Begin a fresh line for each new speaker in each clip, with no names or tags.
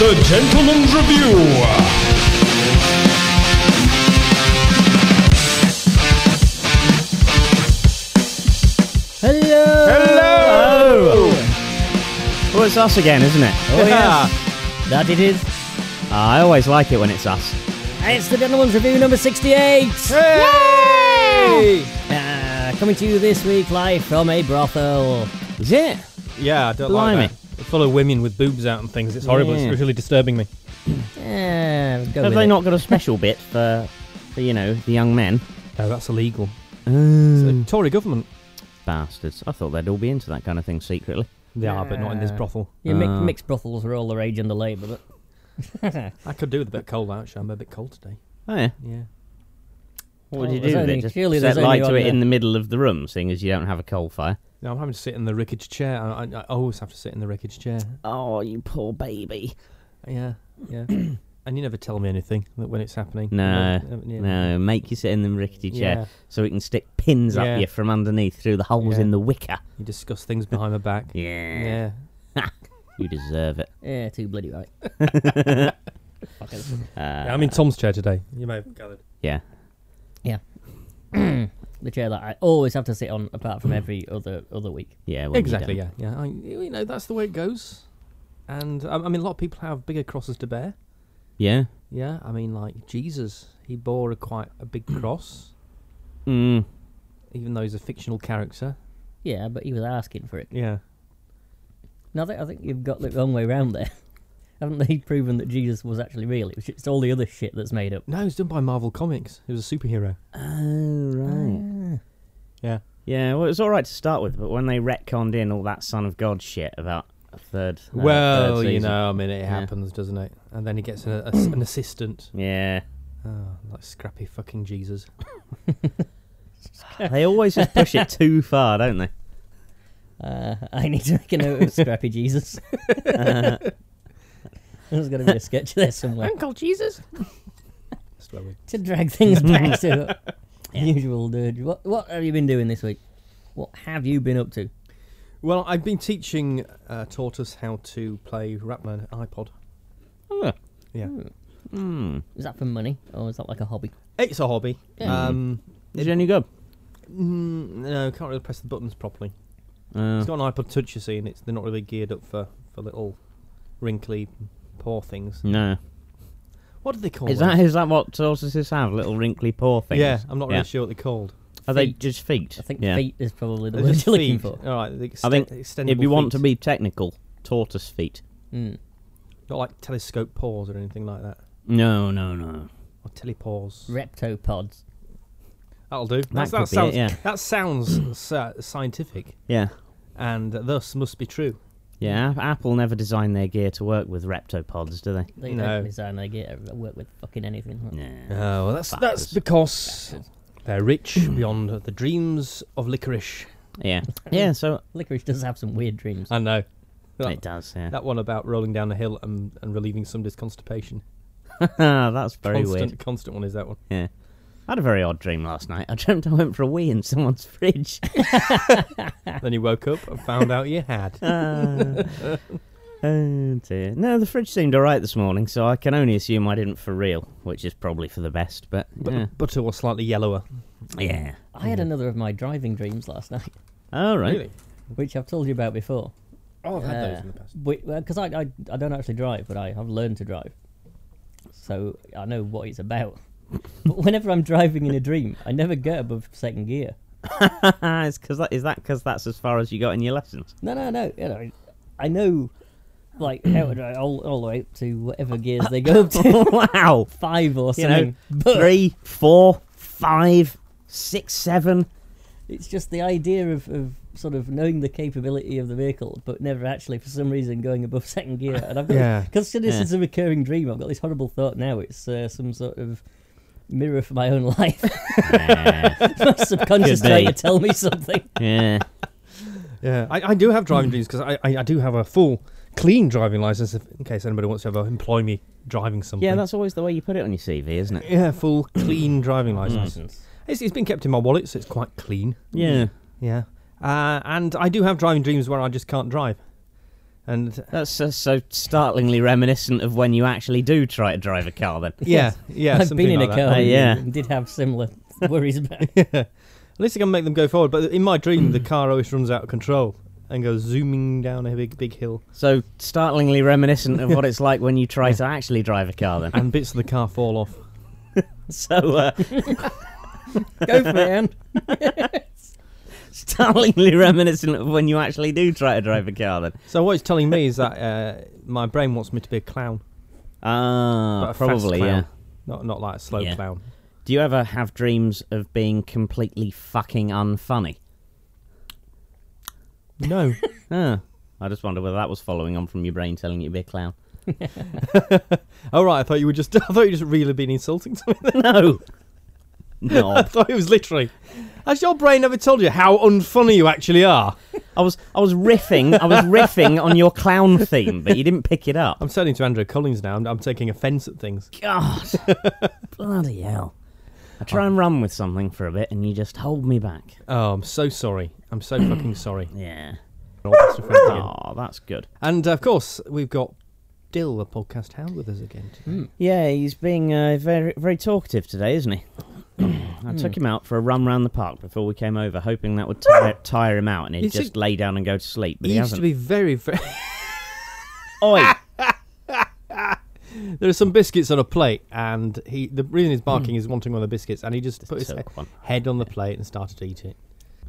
the Gentleman's Review.
Hello.
Hello.
Oh, it's us again, isn't it?
Oh, yes.
That it is. I always like it when it's us. It's the Gentleman's Review number 68.
Hey!
Uh, coming to you this week live from a brothel. Is it?
Yeah, I don't
Blimey.
like that. Full of women with boobs out and things. It's horrible.
Yeah.
It's really disturbing me.
Yeah, go
Have
with
they
it.
not got a special bit for, for you know, the young men?
No, that's illegal. Mm. It's
Oh,
a Tory government.
bastards! I thought they'd all be into that kind of thing secretly.
They are, but not in this brothel.
Yeah, mi-
Ah.
mixed brothels are all the rage in the labour, but.
I could do with a bit of cold, actually. I'm a bit cold today.
Oh yeah.
Yeah.
What would
Oh,
you
there's
do with
only-
it? Just
surely
set
there's
light
only
to
on
it in
the-
the middle of the room, seeing as you don't have a coal fire.
No, I'm having to sit in the rickage chair. I, I, I always have to sit in the rickage chair.
Oh, you poor baby.
Yeah, yeah. and you never tell me anything that when it's happening.
No,
You know, uh, yeah.
no, make you sit in the rickety chair
Yeah.
so we can stick pins
Yeah.
up you from underneath through the holes
Yeah.
in the wicker.
You discuss things behind my back.
Yeah.
Yeah.
you deserve it.
yeah, too bloody right. Fuckers.
Uh,
Yeah, I'm in Tom's chair today. You may have gathered.
yeah.
Yeah. the chair that I always have to sit on, apart from every other other week.
Yeah, well, you
Exactly.
don't.
Yeah. Yeah. I, you know, that's the way it goes. And I, I mean, a lot of people have bigger crosses to bear.
Yeah.
Yeah. I mean, like Jesus, he bore a quite a big cross,
Mm.
even though he's a fictional character.
Yeah, but he was asking for it.
Yeah.
No, I think, I think you've got the wrong way round there. Haven't they proven that Jesus was actually real? It's just all the other shit that's made up.
No, it's done by Marvel Comics. He was a superhero.
Oh, right.
Yeah.
Yeah, well, it was all right to start with, but when they retconned in all that Son of God shit about a third, uh,
well,
third
you
season-
know, I mean, it happens, doesn't it? And then he gets an, a, an assistant.
yeah,
Oh, like scrappy fucking Jesus.
they always just push it too far, don't they?
Uh, I need to make a note of Scrappy Jesus. There's going to be a sketch there somewhere
Uncle Jesus. That's where we.
to drag things back to the usual dirge. What, what have you been doing this week? What have you been up to?
Well, I've been teaching uh, Tortoise how to play Ratman iPod. Yeah.
Hmm.
Is that for money or is that like a hobby?
It's a hobby.
Mm.
Yeah.
Um,
Is it any good?
mm, no, can't really press the buttons properly.
Uh,
It's got an iPod Touch, you see, and it's they're not really geared up for, for little wrinkly paw things.
no.
What do they call
Is
them?
that is that what tortoises have? Little wrinkly paw things.
Yeah, I'm not
Yeah.
really sure what they're called.
Are they
Feet.
just feet?
I think
yeah.
feet is probably the
They're
word
just
you're looking
feet.
for.
All right, the
I think
extend-
if you
extendable
want to
feet.
be technical, tortoise feet.
Mm.
not like telescope paws or anything like that,
No, no, no.
or telepaws.
Reptopods.
That'll do. That's-
could be it,
sounds
yeah.
that sounds uh, scientific,
Yeah,
and thus must be true.
yeah. Apple never designed their gear to work with reptopods, do they?
They
No.
don't design, they get work with fucking anything. Like.
No.
Oh, well, that's that's
Bastards.
because they're rich beyond the dreams of licorice.
Yeah, yeah. So
Licorice does have some weird dreams.
I know.
it
That,
does. Yeah.
that one about rolling down a hill and, and relieving somebody's constipation.
Ah, that's very
constant,
weird.
constant one is that one.
Yeah. I had a very odd dream last night. I dreamt I went for a wee in someone's fridge.
then you woke up and found out you had.
Ah. oh dear. No, the fridge seemed alright this morning, so I can only assume I didn't for real, which is probably for the best, but,
But
yeah.
the butter was slightly yellower.
yeah.
I
Mm-hmm.
had another of my driving dreams last night,
Alright.
Really?
which I've told you about before.
Oh, I've had those
Uh,
in the past.
Because I, I, I don't actually drive, but I have learned to drive. So I know what it's about. but whenever I'm driving in a dream, I never get above second gear.
is, cause that, is that because that's as far as you got in your lessons?
No, no, no. You know, I know, like, how to drive all, all the way up to whatever gears they go up to.
wow.
Five or
You know,
something. but
three, four, five, six, seven.
It's just the idea of, of sort of knowing the capability of the vehicle, but never actually, for some reason, going above second gear. And I've got
Yeah.
because this
Yeah.
is a recurring dream. I've got this horrible thought now. It's uh, some sort of mirror for my own life.
yeah.
my subconscious
Could be.
trying to tell me something.
yeah.
Yeah, I, I do have driving dreams because I, I, I do have a full clean driving license if, in case anybody wants to ever employ me driving something.
that's always the way you put it on your CV, isn't it?
yeah, full clean
Mm.
driving license. It's, it's been kept in my wallet, so it's quite clean.
Hmm. Yeah.
Yeah. Uh, and I do have driving dreams where I just can't drive. And
That's uh, so startlingly reminiscent of when you actually do try to drive a car. Then
yeah, yeah,
I've
something
been in
like
a
that.
car.
Uh, yeah.
and did have similar worries about.
Yeah. At least I can make them go forward. But in my dream,
Hmm.
the car always runs out of control and goes zooming down a big, big hill.
so startlingly reminiscent of what it's like when you try to actually drive a car. Then
And bits of the car fall off.
so uh,
Go for it, Anne.
startlingly reminiscent of when you actually do try to drive a car. Then
So what it's telling me is that uh, my brain wants me to be a clown,
ah,
but a fast
probably
clown.
yeah.
Not not like a slow
Yeah.
clown.
Do you ever have dreams of being completely fucking unfunny?
No,
Ah, I just wonder whether that was following on from your brain telling you to be a clown.
Oh right, I thought you were just. I thought you were just really been insulting to me.
no,
I
no.
thought it was literally. Has your brain ever told you how unfunny you actually are?
I was I was riffing I was riffing on your clown theme, but you didn't pick it up.
I'm turning to Andrew Collins now. I'm, I'm taking offence at things.
God, bloody hell! I try and run with something for a bit, and you just hold me back.
Oh, I'm so sorry. I'm so fucking sorry.
Yeah.
All this offence again.
Oh, that's good.
And of course, we've got Dill, the podcast hound, with us again.
Hmm.
today.
Yeah, he's being uh, very very talkative today, isn't he? I
Hmm.
took him out for a run round the park before we came over, hoping that would tire, tire him out, and he'd
He's a-
just lay down and go to sleep. But
He
he,
used
hasn't.
to Ah, be very, very.
Oi!
there are some biscuits on a plate, and he. The reason he's barking
Hmm.
is wanting one of the biscuits, and he just put his
took one.
head on the plate and started to eat it.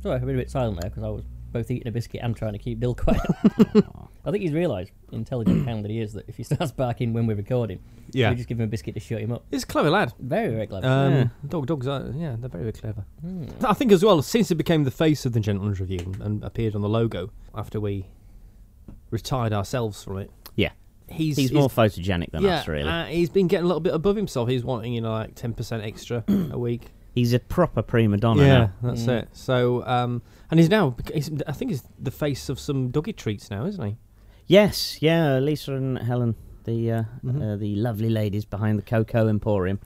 Sorry, I've been a bit silent there because I was both eating a biscuit and trying to keep Dill quiet. I think he's realised, intelligent hound that he is, that if he starts barking when we're recording,
Yeah.
we just give him a biscuit to shut him up.
He's a clever lad.
Very, very clever.
Um,
Yeah. Hmm.
Dog, dogs are yeah, they're very, very clever. I think as well, since it became the face of the Gentleman's Review and- and appeared on the logo after we retired ourselves from it,
Yeah,
he's
he's more photogenic than
yeah,
us, really.
uh, he's been getting a little bit above himself. He's wanting you know like ten percent extra a week.
he's a proper prima donna. now.
that's it. So um, and he's now bec- he's, I think he's the face of some doggy treats now, isn't he?
Yes, yeah, Lisa and Helen, the uh,
Mm-hmm.
uh, the lovely ladies behind the Cocoa Emporium.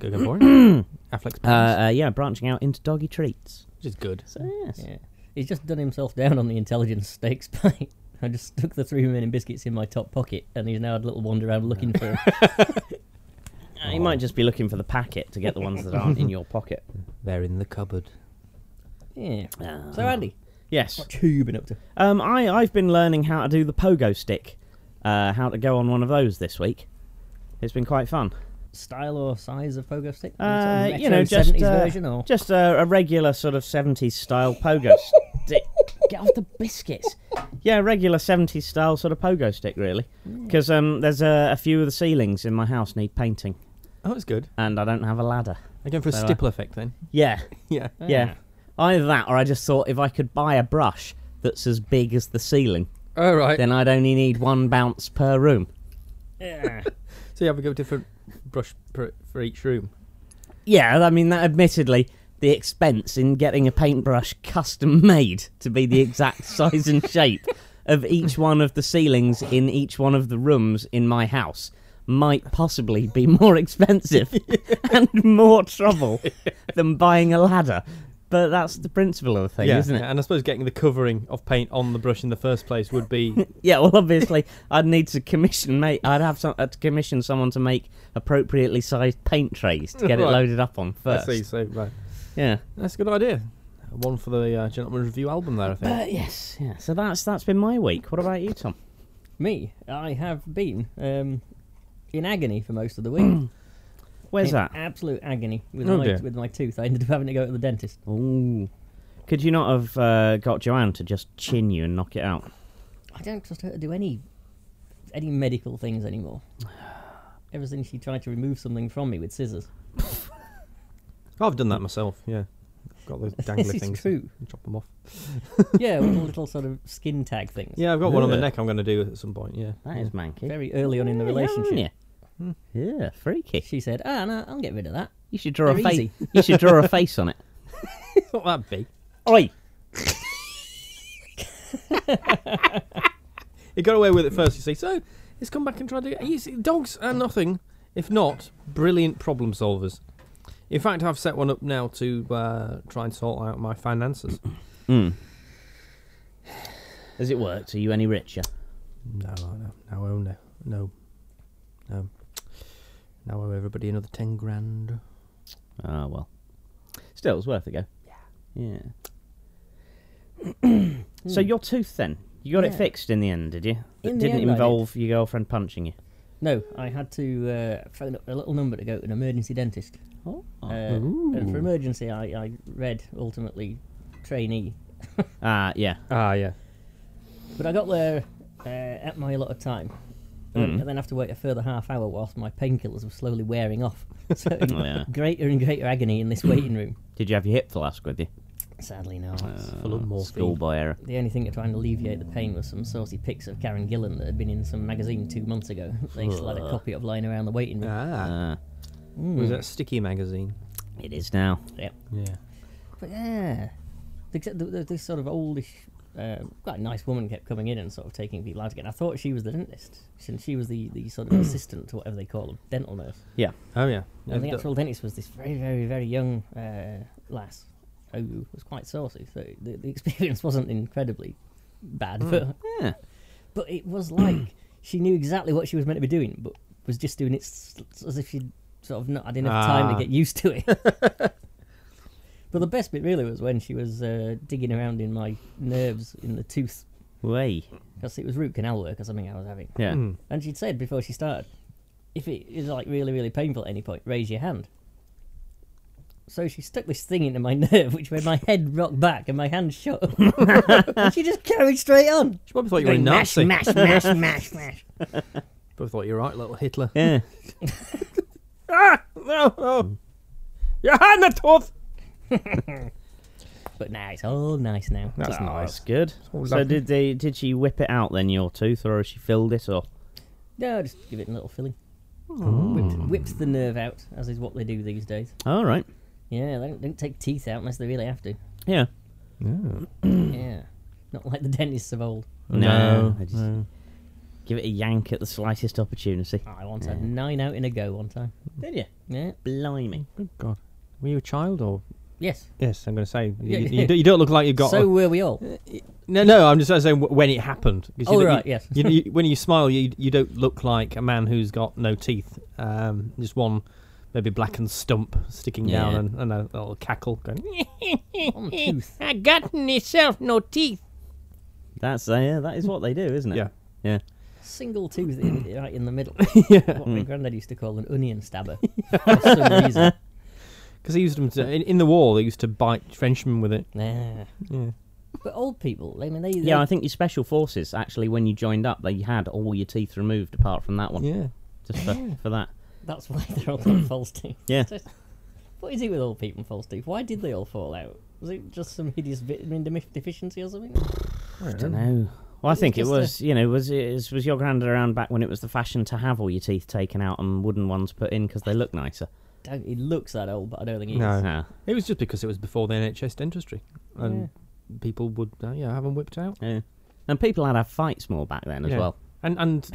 Go go boring. Affleck's
Uh,
uh,
uh, yeah, branching out into doggy treats.
which is good.
So yes,
yeah. He's just done himself down on the intelligence stakes pie. I just stuck the three remaining biscuits in my top pocket and he's now had a little wander around looking for 'em.
Uh, you might just be looking for the packet to get the ones that aren't in your pocket.
They're in the cupboard.
Yeah.
Ah.
So, Andy,
Yes,
what you been up to?
um, I I've been learning how to do the pogo stick, uh, how to go on one of those this week. It's been quite fun.
Style or size of pogo stick?
Uh,
Sort of
you know,
retro
just
70s
uh,
version or
just a, a regular sort of seventies style pogo stick. Get off the biscuits. Yeah, regular seventies style sort of pogo stick, really. Because um, there's a, a few of the ceilings in my house need painting,
Oh, that's good.
and I don't have a ladder.
They're going for a
So, uh,
stipple effect then.
Yeah,
Yeah.
yeah. Either that, or I just thought if I could buy a brush that's as big as the ceiling,
All right.
then I'd only need one bounce per room.
So you have a go different brush per, for each room.
Yeah, I mean that. Admittedly, the expense in getting a paintbrush custom made to be the exact size and shape of each one of the ceilings in each one of the rooms in my house might possibly be more expensive and more trouble than buying a ladder. But that's the principle of the thing, isn't it?
And I suppose getting the covering of paint on the brush in the first place would be
Yeah, well, obviously, I'd need to commission make. I'd have some, I'd commission someone to make appropriately sized paint trays to get it
Right.
loaded up on
I
first.
see, so right.
Yeah.
That's a good idea. One for the uh, Gentleman's Review album there, I think.
But yes, yeah. So that's that's been my week. What about you, Tom?
Me, I have been um, in agony for most of the week.
Where's
in
that?
Absolute agony with
Oh,
my
dear.
with my tooth. I ended up having to go to the dentist.
Ooh. Could you not have uh, got Joanne to just chin you and knock it out?
I don't trust her to do any any medical things anymore. Ever since she tried to remove something from me with scissors.
I've done that myself, yeah. I've got those
This
dangly
is
things.
true.
Drop them off.
yeah, with little sort of skin tag things.
Yeah, I've got one on the
Yeah.
neck I'm going to do at some point, yeah.
That is manky.
Very early on in the
Yeah,
relationship, Hmm.
aren't you? Yeah, freaky.
she said, "Ah, no, I'll get rid of that."
You should draw
They're
a face.
easy.
you should draw a face on it.
It's not that big.
Oi!
He got away with it first, you see. So he's come back and tried to. You see, dogs are nothing if not brilliant problem solvers. In fact, I've set one up now to uh, try and sort out my
Hmm.
finances.
Has it worked? Are you any richer?
No, no, no, no, oh, no, no, no. Now owe everybody another ten grand.
Ah, well. Still, it was worth a go. Yeah. Yeah. so your tooth then? You got it
Hmm. Yeah.
fixed in the end, did you? It
In the
didn't
end, I did.
involve your girlfriend punching you.
No, I had to uh, phone up a little number to go to an emergency dentist.
Oh.
Uh, and for emergency, I, I read ultimately trainee.
Ah, yeah.
Ah, yeah.
But I got there uh, at my allotted time.
Mm.
And then have to wait a further half hour whilst my painkillers were slowly wearing off. So
Oh, yeah.
greater and greater agony in this waiting room.
Did you have your hip flask with you? Ah,
Sadly, no.
full of morphine.
Schoolboy error.
The only thing to try and alleviate the pain was some saucy pics of Karen Gillan that had been in some magazine two months ago. They still had a copy of lying around the waiting room. Hmm.
Ah,
Ah,
was that Sticky magazine?
it is now.
Yep.
Yeah.
But yeah, except th- th- this sort of oldish, uh, quite nice woman kept coming in and sort of taking people out again. I thought she was the dentist, since she was the, the sort of assistant to whatever they call them, dental nurse.
Yeah.
Oh yeah.
And the
d-
actual dentist was this very, very, very young uh, lass who was quite saucy. So the, the experience wasn't incredibly bad, but
Yeah.
but it was like she knew exactly what she was meant to be doing, but was just doing it s- s- as if she'd sort of not had enough time
Ah.
to get used to it. but the best bit really was when she was uh, digging around in my nerves in the tooth
Way.
because it was root canal work or something I was having,
Yeah.
Mm.
and she'd said before she started, if it is like really really painful at any point, raise your hand. So she stuck this thing into my nerve, which made my head rock back and my hand shut. and she just carried straight on.
She probably thought you were a
Going
Nazi.
Mash, mash, mash, mash, mash.
Probably thought you were right, little Hitler.
Yeah.
ah, no, no. Your hand, the tooth.
But now it's all nice now.
That's
Oh,
nice.
That's good.
all
So
lovely.
did they? Did she whip it out then, your tooth, or has she filled it up?
No, just give it a little filling. Whipped, whips the nerve out, as is what they do these days.
All right.
Yeah, they don't, don't take teeth out unless they really have to.
Yeah.
yeah. Not like the dentists of old.
No.
No, Ah.
I just Give it a yank at the slightest opportunity.
I once had nine out in a go one time.
Did you?
Yeah.
Blimey.
Good God. Were you a child or?
Yes.
Yes, I'm going to say you,
Yeah.
you, don't- you don't look like you've got.
so
a-
were we all.
no, no. I'm just saying wh- when it happened. 'cause
Oh,
you, don't-
right,
you-
yes.
you, you, when you smile, you you don't look like a man who's got no teeth. Um, just one, maybe blackened stump sticking down,
Yeah.
and, and a little cackle going.
On the tooth.
I got myself no teeth.
That's uh, yeah. That is what they do, isn't it?
Yeah.
Yeah.
Single tooth in, right in the middle. yeah.
Hmm.
What my granddad used to call an onion stabber. for some reason.
Because he used them to in, in the war. They used to bite Frenchmen with it.
Yeah. But old people, I mean, they.
Yeah.
they-
I think your special forces actually, when you joined up, they had all your teeth removed apart from that one.
Yeah.
Just for, for that.
That's why they're all got false teeth.
Yeah.
Just- what is it with old people and false teeth? Why did they all fall out? Was it just some hideous vitamin demi- deficiency or something?
don't know. Well, I
It's
think it
just
was, you know, was it, was your granddad around back when it was the fashion to have all your teeth taken out and wooden ones put in because they look nicer?
Don't, he looks that old, but I don't think he
No.
is.
Ah,
It was just because it was before the NHS dentistry, and people would uh, yeah have them whipped out.
yeah. And people had have fights more back then as
Yeah.
well.
And and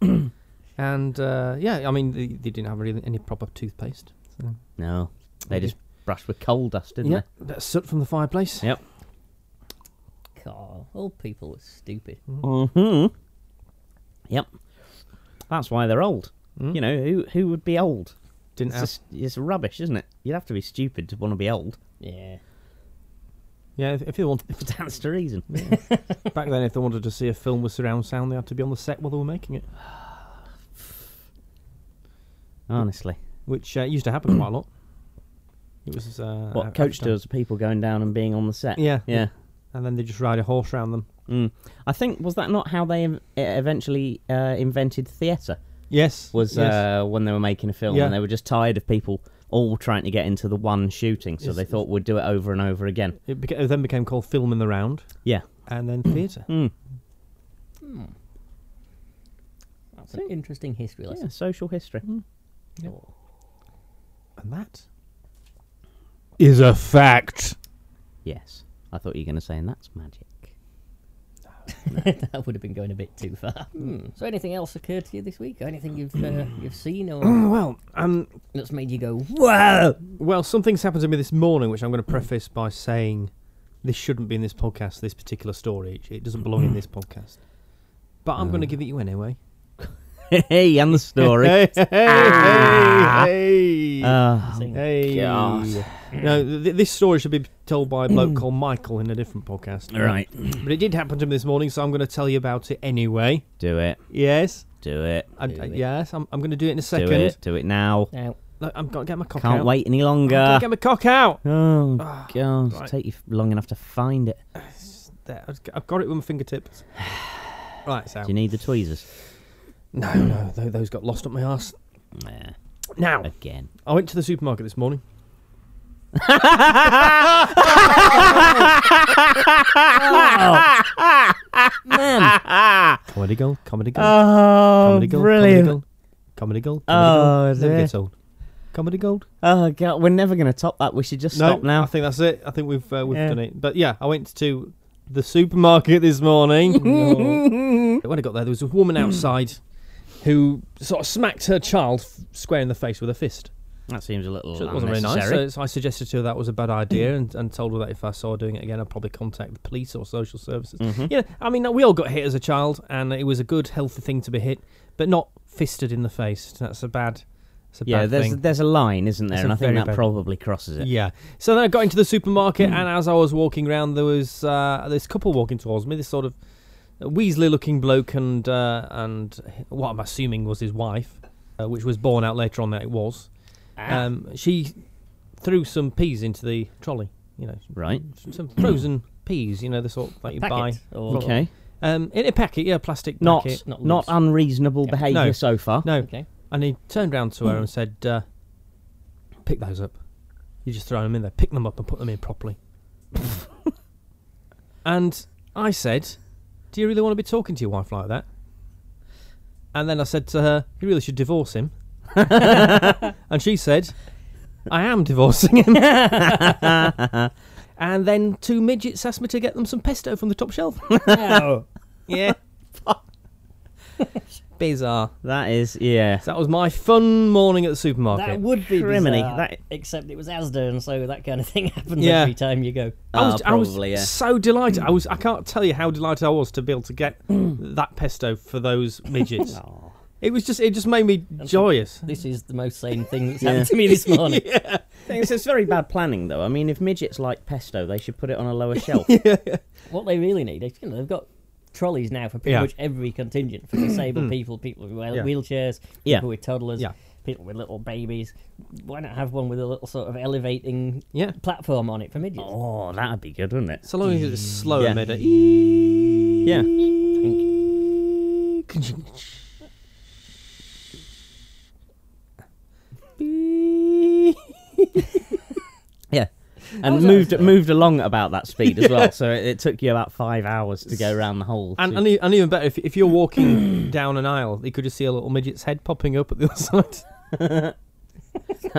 and and uh, yeah, I mean they, they didn't have really any proper toothpaste. So.
No. They
They
just brushed with coal dust, didn't
Yeah, bit of soot from the fireplace.
they? Yep.
Carl, old people were stupid.
hmm Yep. That's why they're old. You know, who who would be old?
Didn't
It's
have.
just it's rubbish, isn't it? You'd have to be stupid to want to be old.
Yeah.
Yeah, if, if they wanted
It stands to reason.
back then, if they wanted to see a film with surround sound, they had to be on the set while they were making it,
Honestly.
which uh, used to happen quite a lot. It was uh,
What
a-
coach
advertised.
does people going down and being on the set.
Yeah.
Yeah.
and then they just ride a horse round them.
Mm. I think was that not how they ev- e-, eventually uh, invented theatre?
Yes,
Was
yes.
uh, when they were making a film
Yeah.
and they were just tired of people all trying to get into the one shooting, so
It's-
they thought we'd do it over and over again.
It, beca- it then became called film in the round,
Yeah.
and then theatre.
Mm.
That's an interesting history
Yeah,
lesson.
social history.
Hmm.
Oh.
And that is a fact.
Yes. I thought you were going to say, and that's magic.
that would have been going a bit too far. Hmm. So, anything else occurred to you this week? Anything you've uh, you've seen or
Well, um,
that's made you go,
well, well, something's happened to me this morning, which I'm going to preface by saying this shouldn't be in this podcast. This particular story, it, it doesn't belong in this podcast. But I'm going to
Um,
give it you anyway.
hey, and the story.
Hey, hey,
Ah.
hey, hey.
Ah,
Sing.
Hey.
God.
No, th- th- this story should be told by a bloke called Michael in a different podcast.
right,
But it did happen to me this morning, so I'm going to tell you about it anyway.
do it,
Yes.
do it,
I,
Do
I-
it.
yes, I'm, I'm going to do it in a
do
second.
it, do it now.
Now,
Look, I've got to get my cock
Can't
out.
wait any
I've got
longer.
to get my cock out.
Oh
Ah,
God,
right.
it's take you long enough to find it.
It's there. I've got- I've got it with my fingertips. Right, so.
Do you need the tweezers?
No, no, tho- those got lost up my arse.
Nah,
Now,
again.
I went to the supermarket this morning. Ah!
man,
Comedy gold, comedy gold,
Oh,
comedy gold, comedy gold, comedy gold, comedy
Oh,
gold. Never
dear.
gets old. Comedy gold.
Oh God, we're never gonna top that. We should just stop
no, I
now.
think that's it. I think we've uh, we've
Yeah.
done it. But yeah, I went to the supermarket this morning. When I got there, there was a woman outside who sort of smacked her child f- square in the face with a fist.
That Hmm. seems a little
So it wasn't very nice. So, so I suggested to her that was a bad idea and, and told her that if I saw her doing it again, I'd probably contact the police or social services.
Mm-hmm.
Yeah, I mean, we all got hit as a child and it was a good, healthy thing to be hit, but not fisted in the face. That's a bad, that's a
yeah,
bad
there's
thing.
there's a line, isn't there?
It's
and
a
I think
very
that
bad-
probably crosses it.
Yeah. So then I got into the supermarket, and as I was walking around, there was uh, this couple walking towards me. This sort of Weasley-looking bloke, and uh, and what I'm assuming was his wife, uh, which was born out later on. That it was.
Ah.
Um, she threw some peas into the trolley. You know,
Right.
some, some frozen peas. You know, the sort that you buy.
packet or
Okay.
Okay.
Um, in a packet, yeah, plastic
Not
packet.
not
not,
loose.
unreasonable
Yeah.
behaviour
No.
so far.
No.
okay,
And he turned round to her and said, uh, "Pick those up. You just throw them in there. Pick them up and put them in properly." and I said, "Do you really want to be talking to your wife like that?" And then I said to her, "You really should divorce him." and she said, "I am divorcing him." and then two midgets asked me to get them some pesto from the top shelf.
no,
yeah. Bizarre.
That is yeah.
So that was my fun morning at the supermarket.
that would be
Criminy,
bizarre,
that-
Except it was ASDA, and so that kind of thing happens
Yeah.
every time you go. "Oh,
I was,
Ah,
I was
probably, yeah.
so delighted. I was. I can't tell you how delighted I was to be able to get that pesto for those midgets. It was just. It just made me joyous.
This is the most sane thing that's
Yeah.
happened to me this morning.
It's, it's very bad planning, though. I mean, if midgets like pesto, they should put it on a lower shelf.
What they really need, is, you know, they've got trolleys now for pretty
Yeah.
much every contingent for disabled people, people with wheel-
Yeah.
wheelchairs, people
Yeah.
with toddlers,
Yeah.
people with little babies. Why not have one with a little sort of elevating
Yeah.
platform on it for midgets?
oh, that'd be good, wouldn't it?
So long as it's slow
Yeah.
and made it.
Yeah. Yeah. And moved moved along at about that speed as well, so it, it took you about five hours to go around the whole.
And,
su-
and, e- and even better, if, if you're walking down an aisle, you could just see a little midget's head popping up at the other side.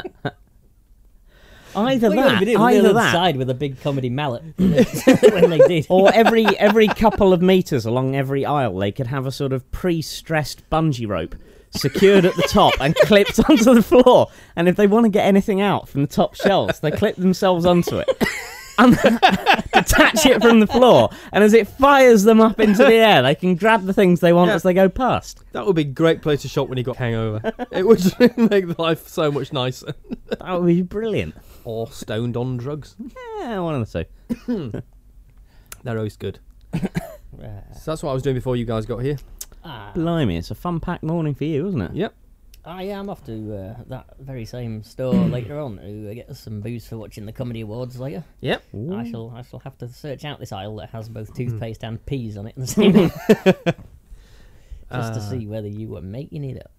Oh. either
Well, you gotta
that,
be doing the
either
other
that, Oh.
side with a big comedy mallet when they did.
or every every couple of meters along every aisle, they could have a sort of pre-stressed bungee rope secured at the top and clipped onto the floor. And if they want to get anything out from the top shelves, they clip themselves onto it and detach it from the floor. And as it fires them up into the air, they can grab the things they want
Yeah.
as they go past.
That would be a great place to shop when you got hangover. it would make life so much nicer.
That would be brilliant.
Or stoned on drugs.
Yeah, one of the two.
They're always good.
Ah.
So that's what I was doing before you guys got here.
Ah,
Blimey, it's a fun packed morning for you, isn't it?
Yep.
I am off to uh, that very same store later on to uh, get us some booze for watching the comedy awards later.
Yep.
I shall I shall have to search out this aisle that has
Hmm.
both toothpaste and peas on it and see just to
Uh.
see whether you were making it up.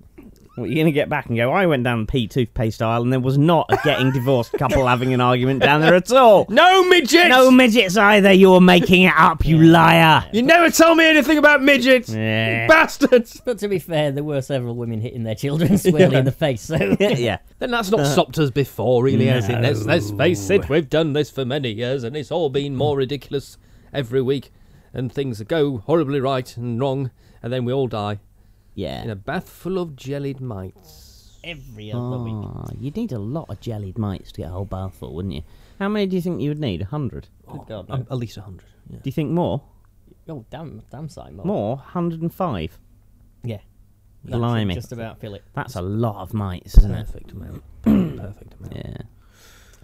Well, you're going to get back and go, I went down the pea toothpaste aisle and there was not a getting divorced couple having an argument down there at all.
No midgets!
No midgets either, you're making it up, you liar.
You never tell me anything about midgets!
Yeah.
Bastards!
But to be fair, there were several women hitting their children squarely in the face. So
yeah.
Then that's
Uh,
not stopped us before, really, has it? Let's, let's face it,
No.
we've done this for many years and it's all been more ridiculous every week. And things go horribly right and wrong, and then we all die in
Yeah.
a bath full of jellied mites.
every other week.
Oh, you'd need a lot of jellied mites to get a whole bar full, wouldn't you? How many do you think you would need? A hundred?
Good God, no.
Um, at least a 100. Yeah.
Do you think more?
Oh, damn, damn sight more.
More, 105.
Yeah. That should
Blimey.
Just about fill it.
That's a lot of mites, isn't it?
Perfect amount. Perfect amount.
Yeah.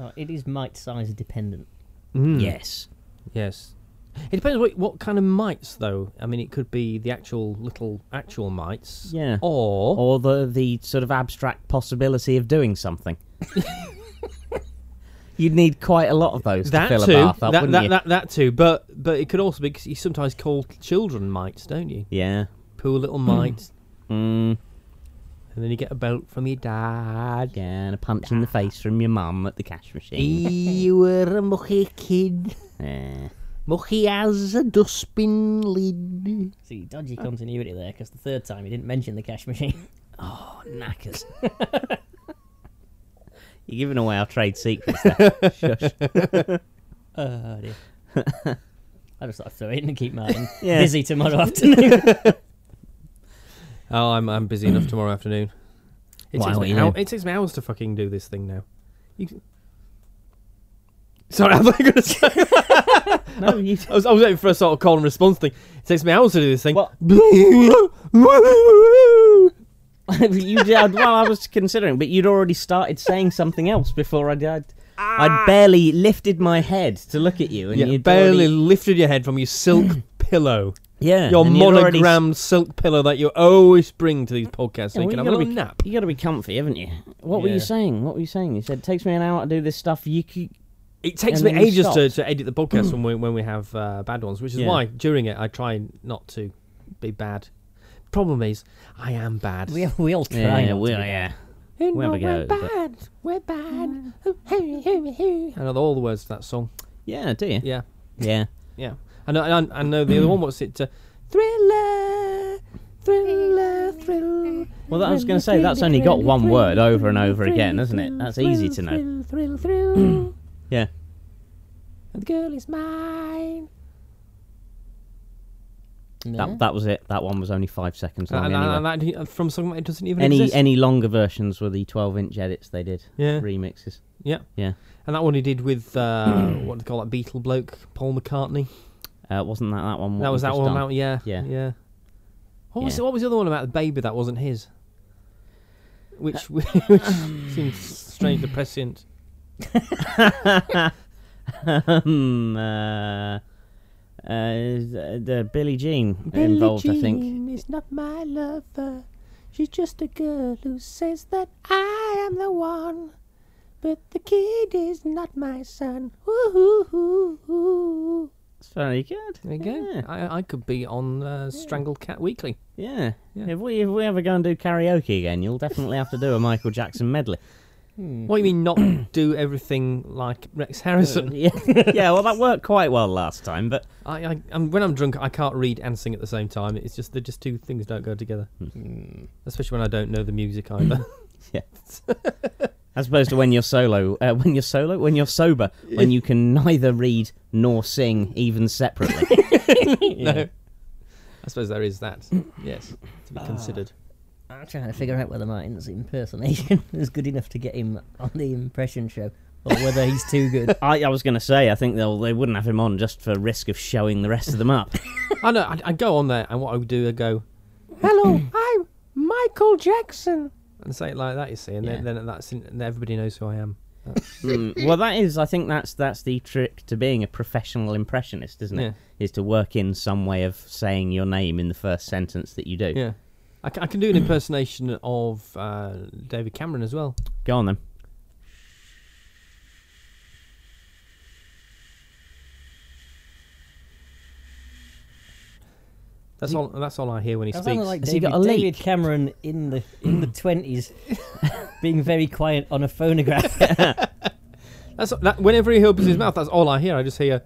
Oh, it is mite size dependent.
Hmm. Yes.
Yes. It depends what what kind of mites though. I mean, it could be the actual little actual mites.
Yeah.
Or,
Or the, the sort of abstract possibility of doing something. You'd need quite a lot of those
that
to fill
too.
a bath up,
that,
wouldn't
that,
you?
that that too. But but it could also be because you sometimes call children mites, don't you?
Yeah.
Poor little
Hmm.
mites,
Mm,
and then you get a belt from your dad.
yeah, and a punch in the face from your mum at the cash machine.
you were a mucky kid.
Yeah.
Mucky as a dustbin lid.
See, dodgy continuity there, because the third time he didn't mention the cash machine.
Oh, knackers. You're giving away our trade secrets there. Shush.
Oh dear. I just thought I'd throw it in and keep Martin
Yeah.
busy tomorrow afternoon.
Oh, I'm I'm busy enough tomorrow afternoon. It,
Why,
takes
what
me
you
hou-
doing?
it takes me hours to fucking do this thing now. You... c- Sorry, I'm not going to say.
no, you
I was, I was waiting for a sort of call and response thing. It takes me hours to do this thing.
Well- you did, well, I was considering, but you'd already started saying something else before I did. I barely lifted my head to look at you, and
you
you'd
barely
already-
lifted your head from your silk pillow.
yeah,
Your
and you'd already-
monogrammed silk pillow that you always bring to these podcasts so
Yeah,
you can
well, you
have a
gotta
little
be-
nap.
You got to be comfy, haven't you? What were
Yeah.
you saying? What were you saying? You said it takes me an hour to do this stuff. You c
It takes
and
me
then you
ages to,
stopped.
to edit the podcast when, we, when we have uh, bad ones, which is
Yeah.
why during it I try not to be bad. Problem is, I am bad.
we, we all try.
yeah,
not
we
to be.
are, yeah.
You
we
know
have a go
we're
at it, but-
bad. We're bad.
Oh,
I know all the words to that song.
Yeah, do you?
Yeah.
Yeah.
Yeah, I know. I, know- I know the other one. What's it? Uh, thriller, thriller, thrill.
Well, that, I was going to say that's only got one word over and over again, isn't it? That's easy to know.
Thrill, thrill, thrill.
Yeah.
Hmm. the girl is mine.
No.
That that was it. That one was only five seconds long.
and, and-
anyway.
and that- and from something that doesn't even
any
exist.
any longer versions were the 12 inch edits they did
Yeah.
remixes
yeah,
yeah
and that one he did with uh,
Hmm.
what do they call that Beatle bloke, Paul McCartney.
uh, wasn't that that one what
that was that
we've just
one.
done?
About, yeah,
Yeah.
yeah. What was
Yeah.
what was the other one about the baby that wasn't his? Which
Uh,
which seems strangely prescient.
um, uh, uh, the Billie Jean involved I think
is not my lover. She's just a girl who says that I am the one. But the kid is not my son. Woo-hoo-hoo-hoo.
it's very good
There you go.
yeah,
I, I could be on uh, Strangled Cat Weekly.
yeah.
Yeah.
If, we, if we ever go and do karaoke again you'll definitely have to do a Michael Jackson medley Mm.
What do you mean, not do everything like Rex Harrison?
yeah yeah well that worked quite well last time but
I, I, I'm, when I'm drunk, I can't read and sing at the same time. It's just they're just two things don't go together.
Hmm.
Especially when I don't know the music either.
as opposed to when you're solo uh, when you're solo when you're sober when you can neither read nor sing even separately
no. I suppose there is that. Yes, to be considered.
I'm trying to figure out whether Martin's impersonation is good enough to get him on the impression show, or whether he's too good.
I, I was going to say, I think they'll they wouldn't have him on just for risk of showing the rest of them up.
I know. I'd, I'd go on there, and what I would do, I'd go, "Hello, I'm Michael Jackson," and say it like that. You see, and then,
Yeah.
then that's and everybody knows who I am.
Mm, well, that is, I think that's that's the trick to being a professional impressionist, isn't it? Is to work in some way of saying your name in the first sentence that you do.
Yeah, I, c- I can do an impersonation of uh, David Cameron as well.
Go on then.
That's all. That's all I hear when he
That
speaks.
sounded like
Has he
David,
got a
David
leak?
Cameron in the in the twenties, being very quiet on a phonograph.
That's that. Whenever he opens his mouth, that's all I hear. I just hear.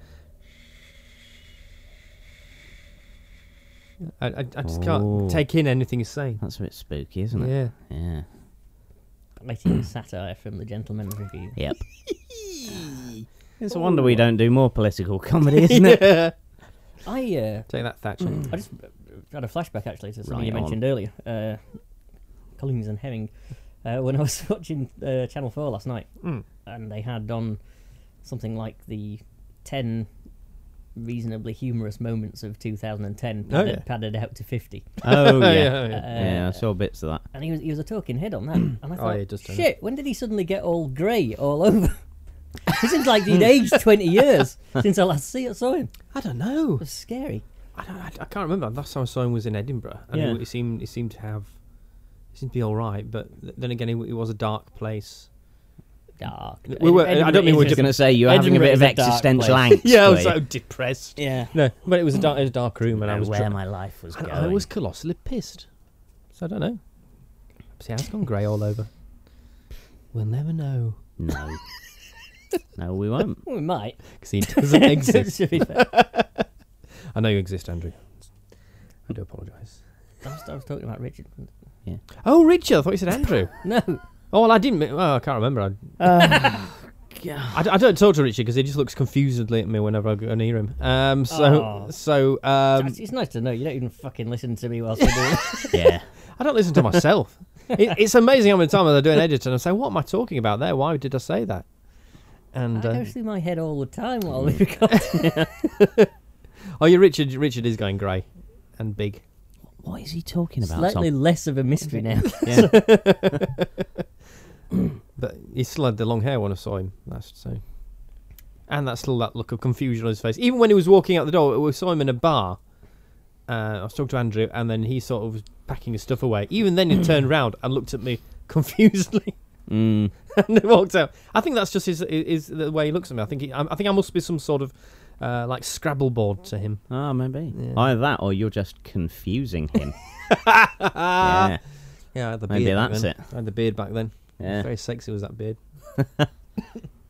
I, I, I just
Oh.
can't take in anything he's saying.
That's a bit spooky, isn't it?
Yeah.
Yeah.
Biting satire from the Gentleman Review.
Yep. it's a wonder we don't do more political comedy, isn't it?
yeah.
I uh,
Take that, Thatcher.
I just uh, had a flashback actually to something
Right
you
on.
mentioned earlier. Uh, Collins and Herring. Uh, when I was watching uh, Channel 4 last night,
Mm.
and they had on something like the 10 reasonably humorous moments of 2010
Oh,
padded,
yeah.
padded out to 50.
Oh yeah. yeah.
yeah, yeah.
Uh,
I saw bits of that.
And he was he was a talking head on that. And I thought,
Hmm. Oh, yeah, just turned
shit, when did he suddenly get all grey all over? it seems like
Hmm.
he'd aged 20 years since I last see, saw him.
I don't know.
It was scary.
I, don't, I, I can't remember. Last time I saw him was in Edinburgh, and
Yeah.
he, he seemed he seemed to have he seemed to be all right. But th- then again, it, w- it was a dark place.
Dark.
We were- I don't
Edinburgh
mean we're
is
I was
just-
going to say you're having a
Edinburgh
bit
is
of
a dark
existential
place.
angst. were you?
depressed.
Yeah.
No, but it was a dark, it was a dark room, and I
Know
was
where
drunk.
my life was
and
going.
I was colossally pissed. So I don't know. See, it's gone grey all over. We'll never know
no. No, we won't.
Well, we might.
because he doesn't exist.
To be fair.
I know you exist, Andrew. I do apologise.
I, was, I was talking about Richard.
Oh, Richard! I thought you said Andrew.
No. Uh,
oh well, I didn't. mi- Well, I can't remember. I, I, d- I don't talk to Richard because he just looks confusedly at me whenever I go near him. Um, so
Aw.
so um,
it's, it's nice to know you don't even fucking listen to me whilst I do it.
yeah.
I don't listen to myself. it, it's amazing how many times I do an edit and I say, "What am I talking about there? Why did I say that?"
I
And uh,
go through my head all the time while we record.
oh, yeah, Richard. Richard is going grey and big.
What is he talking about?
Slightly
Tom?
less of a mystery now.
Yeah.
But he still had the long hair when I saw him. That's so. And that's still that look of confusion on his face. Even when he was walking out the door, we saw him in a bar. Uh, I was talking to Andrew, and then he sort of was packing his stuff away. Even then, he turned round and looked at me confusedly,
Mm.
and he walked out. I think that's just his is the way he looks at me. I think he, I, I think I must be some sort of uh, like Scrabble board to him.
Ah, maybe.
Yeah.
Either that or you're just confusing him.
Ah.
yeah.
Yeah, I had the
Maybe
beard back
that's
then.
it.
I had the beard back then.
Yeah.
Very sexy was that beard.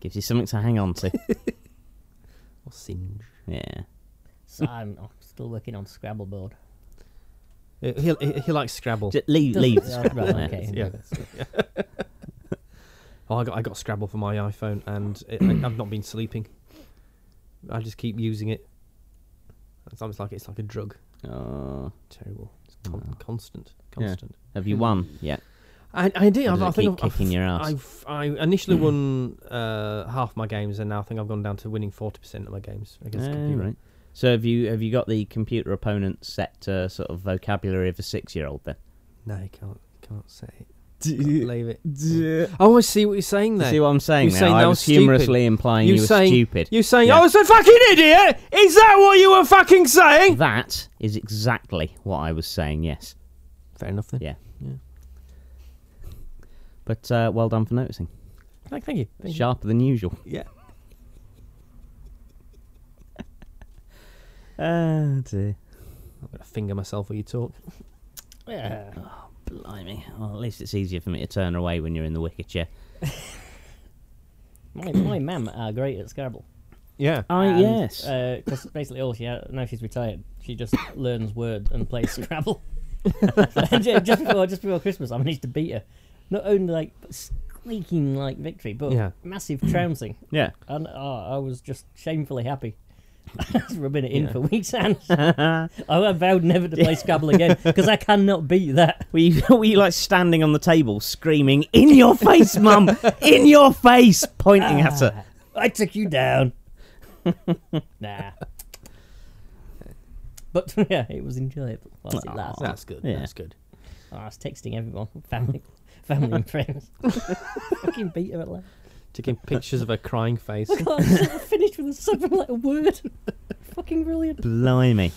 Gives you something to hang on to.
Or singe.
Yeah.
So I'm I'm still working on Scrabble board.
Uh, He, he, he likes Scrabble.
Just leave, leave. the
Yeah,
scrap
right,
there.
okay.
Yeah. Oh, I got I got Scrabble for my iPhone, and it, I, I've not been sleeping. I just keep using it. It's almost like it's like a drug.
Oh.
Terrible. It's con-
Wow.
constant,
Mm. Yeah.
constant.
Have you won yet?
I, I do.
Or
I've,
does
I
it
think
keep
I've,
kicking your ass? Mm.
I've, I initially won uh, half my games, and now I think I've gone down to winning forty percent of my games against the
Oh,
computer.
right. So have you have you got the computer opponent set to sort of vocabulary of a six year old then?
No, you can't. You can't say it. Can't leave it. Oh, I see what you're saying
You
there.
see what I'm saying
You're
there?
saying
I
that
was
was stupid.
humorously implying you,
You
were
saying-
stupid.
You're saying
Yeah.
I was a fucking idiot. Is that what you were fucking saying?
That is exactly what I was saying, yes.
Fair enough then.
Yeah. But uh, well done for noticing.
Thank thank you. Thank you.
Sharper than usual.
Yeah. Ah,
Oh dear.
I'm gonna finger myself while you talk.
Yeah.
Blimey. Well, at least it's easier for me to turn away when you're in the wicker chair.
My my mum are great at Scrabble.
Yeah.
Oh,
And,
yes.
uh, 'cause basically all she ha now she's retired. She just learns Word and plays Scrabble. And ju- just before just before Christmas, I managed to beat her. Not only like squeaking like victory, but
Yeah.
massive trouncing.
yeah.
And oh, I was just shamefully happy. I was rubbing it in
Yeah.
for weeks, and I I vowed never to play Scrabble again because I cannot beat that.
Were you, were you like standing on the table screaming, In your face, mum! In your face! Pointing at
Ah.
her.
I took you down. nah. But yeah, it was enjoyable whilst it
Aw.
lasted.
That's good.
Yeah.
That's good.
Oh, I was texting everyone, family, family and friends. Fucking beat her at last.
Taking pictures of her crying face.
Look, I finished with a seven-letter word. Fucking brilliant.
Blimey.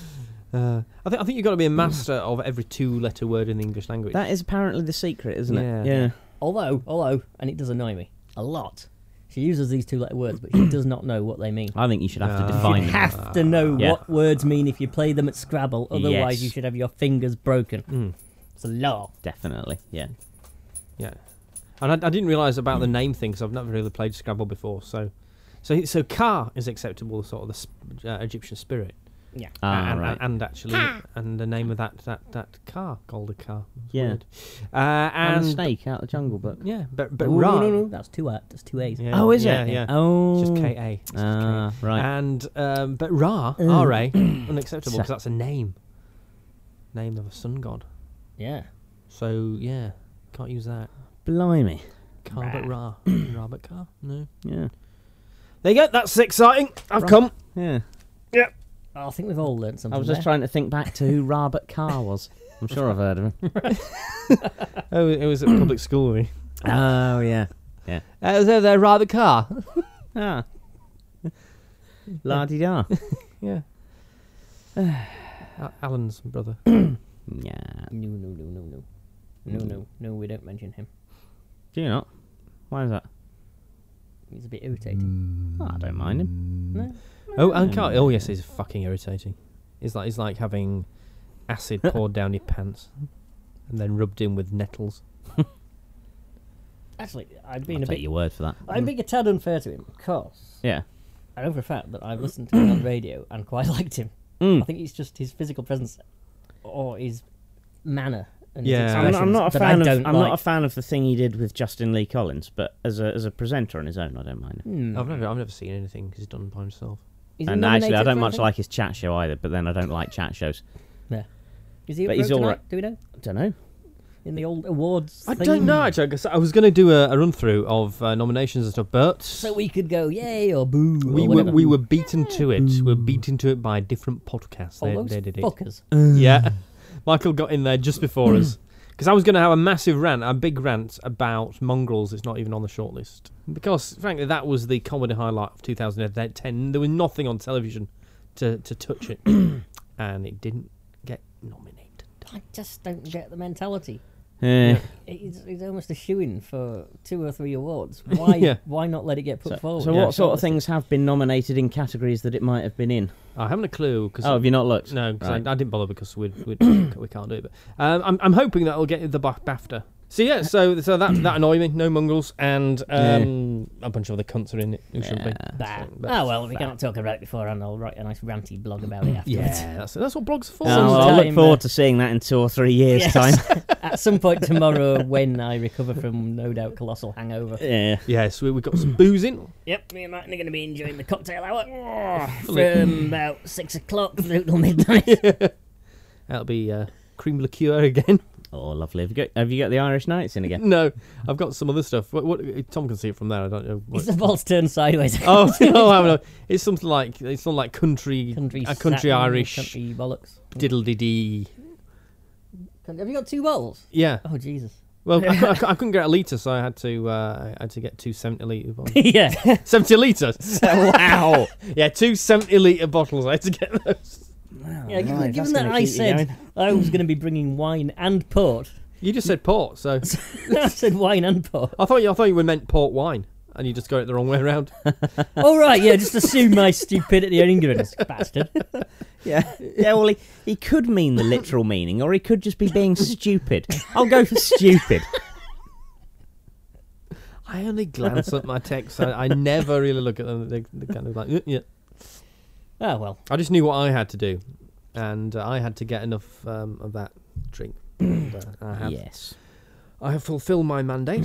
Uh, I think I think you've got to be a master of every two-letter word in the English language.
That is apparently the secret, isn't
Yeah.
it? Yeah.
Although, although, and it does annoy me a lot. She uses these two-letter words, but she does not know what they mean.
I think you should have
No.
to
You
define them.
have to know
Yeah.
what words mean if you play them at Scrabble. Otherwise,
Yes.
you should have your fingers broken.
Hmm.
Mm.
It's a law.
Definitely. Yeah.
Yeah. And I, I didn't realise about the name thing because I've never really played Scrabble before. So, so so Ka is acceptable, sort of the sp- uh, Egyptian spirit,
Yeah.
Ah,
and,
right.
and, and actually, and the name of that that that car called a car.
Yeah.
Uh,
and,
and
the snake out of the jungle book.
yeah, but but
Oh, no,
Ra.
no, no, that's two A. That's two A's.
Yeah,
oh, is
yeah,
it?
Yeah.
Oh.
It's just K A.
Ah, right.
And um, but Ra,
Mm.
Ra, unacceptable
So-
because that's a name, name of a sun god.
Yeah.
So yeah, can't use that.
Blimey.
Car but Ra, Ra but car. No.
Yeah.
There you go. That's exciting. I've
Ra.
come.
Yeah.
Yep.
Oh, I think we've all learnt something.
I was just
there.
trying to think back to who Robert Carr was. I'm sure I've heard of him.
Oh, it was at public school. really.
Oh yeah,
Uh, there, there, ride the car.
ah, la di da.
yeah. Al- Alan's brother.
Yeah,
No, no, no, no, no. No,
Hmm.
no, no, we don't mention him.
do you not? Why is that?
He's a bit irritating.
Oh, I don't mind him.
No?
Oh, and Carl. Oh, yes, he's fucking irritating. It's like it's like having acid poured down your pants and then rubbed in with nettles.
Actually, I've
I'll
been a
take
bit.
your word for that.
I'm being a tad unfair to him because
Yeah.
I know for a fact that I've listened to him on radio and quite liked him.
Mm.
I think it's just his physical presence or his manner. And
Yeah.
his
I'm not, I'm not
expressions that
a
I
fan of.
don't
I'm not a
like.
fan of the thing he did with Justin Lee Collins, but as a as a presenter on his own, I don't mind him.
Hmm.
I've never I've never seen anything he's done by himself.
Is he
and actually, I
nominated
don't
for
much
anything?
like his chat show either. But then I don't like chat shows.
Yeah. Is he?
But
But
he's
he's
all
all
right.
Do we know?
I don't know.
In the old awards.
I
thing?
don't know actually. 'cause I was going to do a, a run through of uh, nominations and stuff, but
So we could go yay or boo.
we
or
were
whatever. Mm.
we were beaten to it. We were beaten to it by different podcasts.
Oh,
They,
those
they did it.
fuckers. Mm.
Yeah, Michael got in there just before us because I was going to have a massive rant, a big rant about mongrels. It's not even on the shortlist because, frankly, that was the comedy highlight of 2010. There was nothing on television to to touch it, and it didn't get nominated.
I just don't get the mentality.
Eh.
It's, it's almost a shoe in for two or three awards. Why?
Yeah.
Why not let it get put
So,
forward?
so what sort of things have been nominated in categories that it might have been in?
I haven't a clue because
Oh, have you not looked?
no, 'cause
Right.
I, I didn't bother because we we we can't do it. But um, I'm I'm hoping that will get the ba- BAFTA. So yeah, so so that that annoyed me. No mongrels and um, a bunch of other cunts are in it who shouldn't be.
Bah.
So
Oh well, we can't talk about it beforehand. I'll write a nice ranty blog about it afterwards.
Yeah, that's, that's what blogs are for.
Oh, well, I'll
Sometime,
look
uh,
forward to seeing that in two or three years'
Yes.
time.
At some point tomorrow, when I recover from no doubt colossal hangover.
yeah.
Yes, we, we got some booze in.
Yep, me and Martin are going to be enjoying the cocktail hour from about six o'clock through till midnight.
That'll be uh, cream liqueur again.
Oh, lovely. Have you got, have you got the Irish Nights in again?
no, I've got some other stuff. What, what, Tom can see it from there. I don't know. What.
Is the balls turned sideways?
Oh no, I don't know. It's something like it's something like country,
country
a country
satin,
Irish
country bollocks.
diddle dee.
Have you got two bottles?
Yeah.
Oh Jesus!
Well, I, cou- I cou- I couldn't get a liter, so I had to uh, I had to get two seventy liter bottles.
yeah. Oh,
seventy liters.
wow.
Yeah, two 70 liter bottles. I had to get those.
yeah given,
right, that's
given that
gonna
I
keep you
said I was going to be bringing wine and port,
You just said port, so
I said wine and port.
I thought you I thought you were meant port wine, and you just got it the wrong way around.
All right, yeah. Just assume my stupidity and ignorance, bastard.
Yeah. Yeah, well, he, he could mean the literal meaning, or he could just be being stupid. I'll go for stupid.
I only glance at my text. I, I never really look at them. They, they kind of like, "Uh, yeah.
Oh well.
I just knew what I had to do, and uh, I had to get enough um, of that drink. And, uh, I have,
Yes.
I have fulfilled my mandate.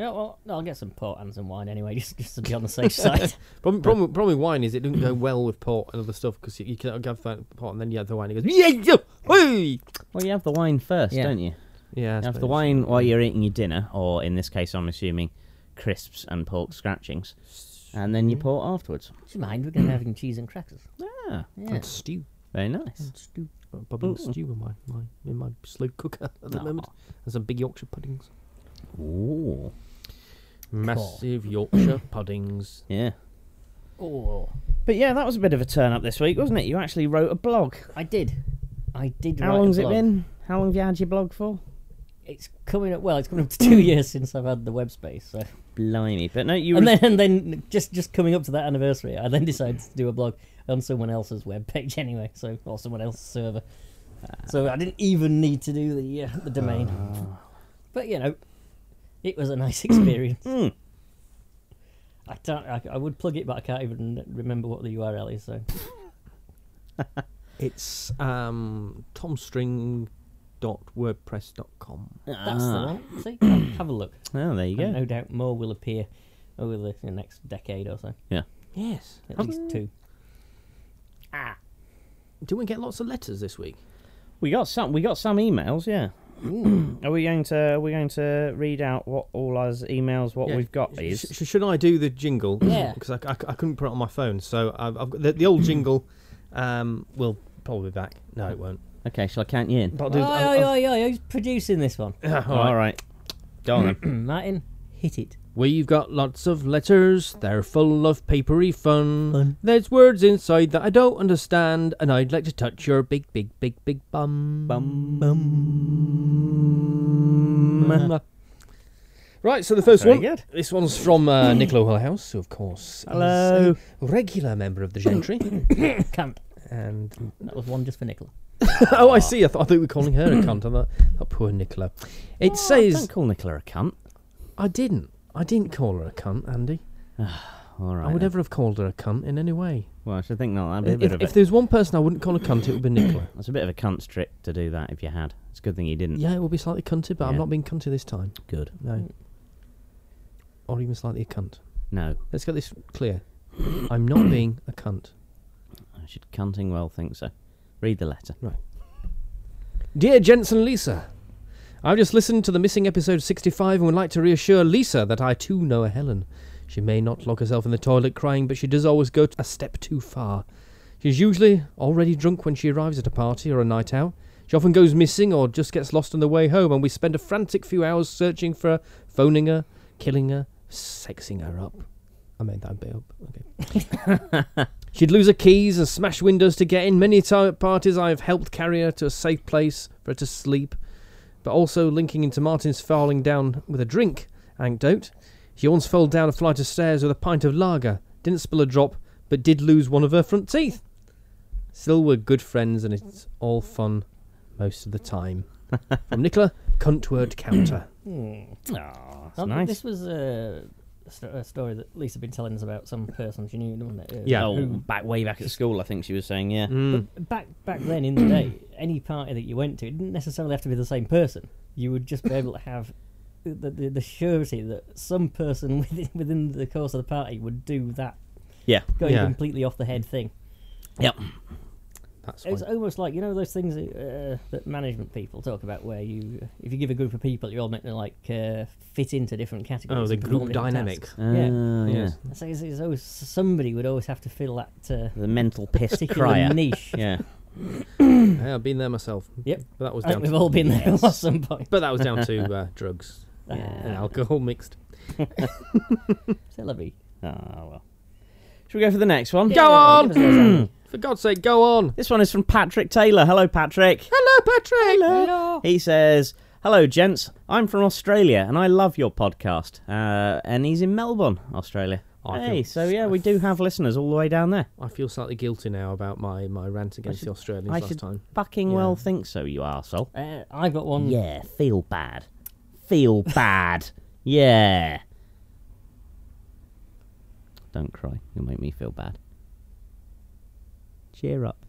Yeah, well, I'll get some port and some wine anyway, just, just to be on the safe side.
problem, problem, with- problem with wine is it doesn't go well with port and other stuff because you, you can have that port and then you have the wine. It goes, yeah, yeah, hey!
Well, you have the wine first,
Yeah.
don't you?
yeah. I
You have the
suppose.
wine while you're eating your dinner, or in this case, I'm assuming crisps and pork scratchings, and then you pour it afterwards.
Do you mind? We're going to be having cheese and crackers.
Ah,
Yeah.
And stew.
very nice.
Stew.
Got a Bobbing stew in my, my in my slow cooker at the
Aw.
moment. And some big Yorkshire puddings.
Ooh.
Massive Yorkshire puddings.
Yeah.
Oh,
But yeah, that was a bit of a turn up this week, wasn't it? You actually wrote a blog.
I did. I did.
How
write a
long's it
blog.
been? How long have you had your blog for?
It's coming up. Well, it's coming up to two years since I've had the web space. So.
Blimey! But no, you.
And
res-
then, and then, just just coming up to that anniversary, I then decided to do a blog on someone else's web page anyway, so or someone else's server. So I didn't even need to do the uh, the domain.
Ah.
But you know, it was a nice experience.
Mm.
I don't. I, I would plug it, but I can't even remember what the URL is. So
It's um, tomstring.wordpress.com.
that's
Ah.
the one. See, have a look.
Oh, there you
And
go.
no doubt more will appear over the, the next decade or so.
Yes.
At least two. Ah.
Do we get lots of letters this week?
We got some. We got some emails. Yeah. Are we going to? Are we going to read out what all our emails? What
Yeah.
we've got
Sh-
is.
sh- should I do the jingle?
Yeah.
Because I, c- I c- I couldn't put it on my phone, so I've, I've got the, the old jingle Um, we'll probably be back. No, it won't.
Okay, shall I count you in?
But I'll do-
Oi,
I'll-
oi, oi, oi, who's producing this one?
All right.
Go on then.
Martin, hit it.
We've got lots of letters, they're full of papery fun.
Fun.
There's words inside that I don't understand, and I'd like to touch your big, big, big, big bum.
Bum.
Bum. Right, so the first
Very
one.
good.
This one's from uh, Nicola Hillhouse, who, of course,
Hello.
is a regular member of the gentry.
Can't.
and
That was one just for Nicola.
oh, I see. I, th- I thought we were calling her a cunt. I thought, oh, poor Nicola.
Oh,
It says
Don't call Nicola a cunt.
I didn't. I didn't call her a cunt, Andy.
All right.
I would
then.
never have called her a cunt in any way.
Well, I should think not. That'd be a bit
If,
of
if
a.
there was one person I wouldn't call a cunt, it would be Nicola.
That's a bit of a cunt's trick to do that. If you had, it's a good thing you didn't.
yeah, it will be slightly cunty, but I'm
Mm. Yeah.
not being cunty this time.
Good.
No. Or even slightly a cunt.
No,
Let's get this clear. I'm not being a cunt.
I should cunting well think so. Read the letter.
Dear Jensen Lisa, I've just listened to the missing episode 65 and would like to reassure Lisa that I too know a Helen. She may not lock herself in the toilet crying, but she does always go a step too far. She's usually already drunk when she arrives at a party or a night out. She often goes missing or just gets lost on the way home, and we spend a frantic few hours searching for her, phoning her, killing her, sexing her up. I made that bit up. Okay. She'd lose her keys and smash windows to get in. Many ti parties I have helped carry her to a safe place for her to sleep. But also linking into Martin's falling down with a drink anecdote, she once fell down a flight of stairs with a pint of lager. Didn't spill a drop, but did lose one of her front teeth. Still, we're good friends and it's all fun most of the time. From Nicola, Cuntword Counter.
Aw, that's
Um,
nice.
Hmm. This was a, st- a story that Lisa had been telling us about some person she knew, wasn't it? Uh,
Yeah.
Oh,
who-
back way back at school, I think she was saying. Yeah.
Mm.
back back then in the day, any party that you went to, it didn't necessarily have to be the same person. You would just be able to have the the, the surety that some person within, within the course of the party would do that
Yeah.
going
Yeah.
completely off the head thing.
Yep.
That's
It's
fine.
almost like you know those things that, uh, that management people talk about, where you if you give a group of people, you're all meant to like uh, fit into different categories.
Oh, the
and perform
group
different
dynamic.
tasks.
Ah,
Yeah.
yeah.
Yes.
So it's, it's always somebody would always have to fill that uh,
The mental piss
particular
crier.
niche.
Yeah.
Yeah, I've been there myself.
Yep.
But that was
I think
down
we've
to,
all been there at
Yes.
some point.
but that was down to uh, drugs and
Ah,
alcohol mixed.
c'est la vie.
Ah well. Shall we go for the next one?
Go
give us those,
on! For God's sake, go on!
This one is from Patrick Taylor. Hello, Patrick.
Hello, Patrick!
He says, Hello, gents. I'm from Australia and I love your podcast. Uh, and he's in Melbourne, Australia.
I
hey,
feel
so yeah, we do have listeners all the way down there.
I feel slightly guilty now about my, my rant against
should-
the Australians
I
last
should
time.
fucking
Yeah.
well think so, you arsehole.
Uh, I've got one.
Yeah, feel bad. Feel bad. Yeah. Don't cry. You'll make me feel bad. Cheer up.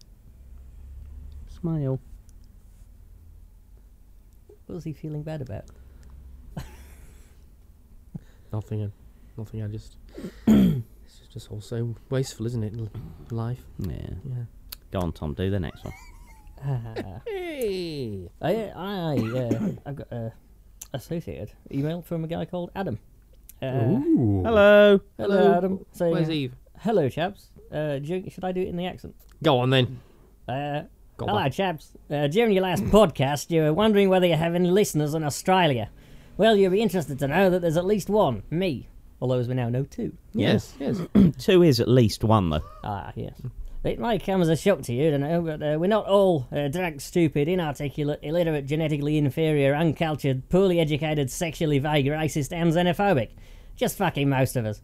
Smile.
What was he feeling bad about?
Nothing, I- nothing. I just. it's just- just all so wasteful, isn't it? l- Life.
Yeah.
Yeah.
Go on, Tom. Do the next one.
Ah.
Hey!
I, I, uh, I've got a associated email from a guy called Adam. Uh,
Ooh.
Hello.
hello, Adam. Saying,
Where's Eve?
Hello, chaps. Uh, during, should I do it in the accent?
Go on then.
Uh,
Go
Hello,
on.
chaps. Uh, during your last podcast, you were wondering whether you have any listeners in Australia. Well, you'll be interested to know that there's at least one, me. Although, as we now know, two.
Yes, yes.
Two is at least one, though.
Ah, yes. It might come as a shock to you, don't know, but uh, we're not all uh, drunk, stupid, inarticulate, illiterate, genetically inferior, uncultured, poorly educated, sexually vague, racist, and xenophobic. Just fucking most of us.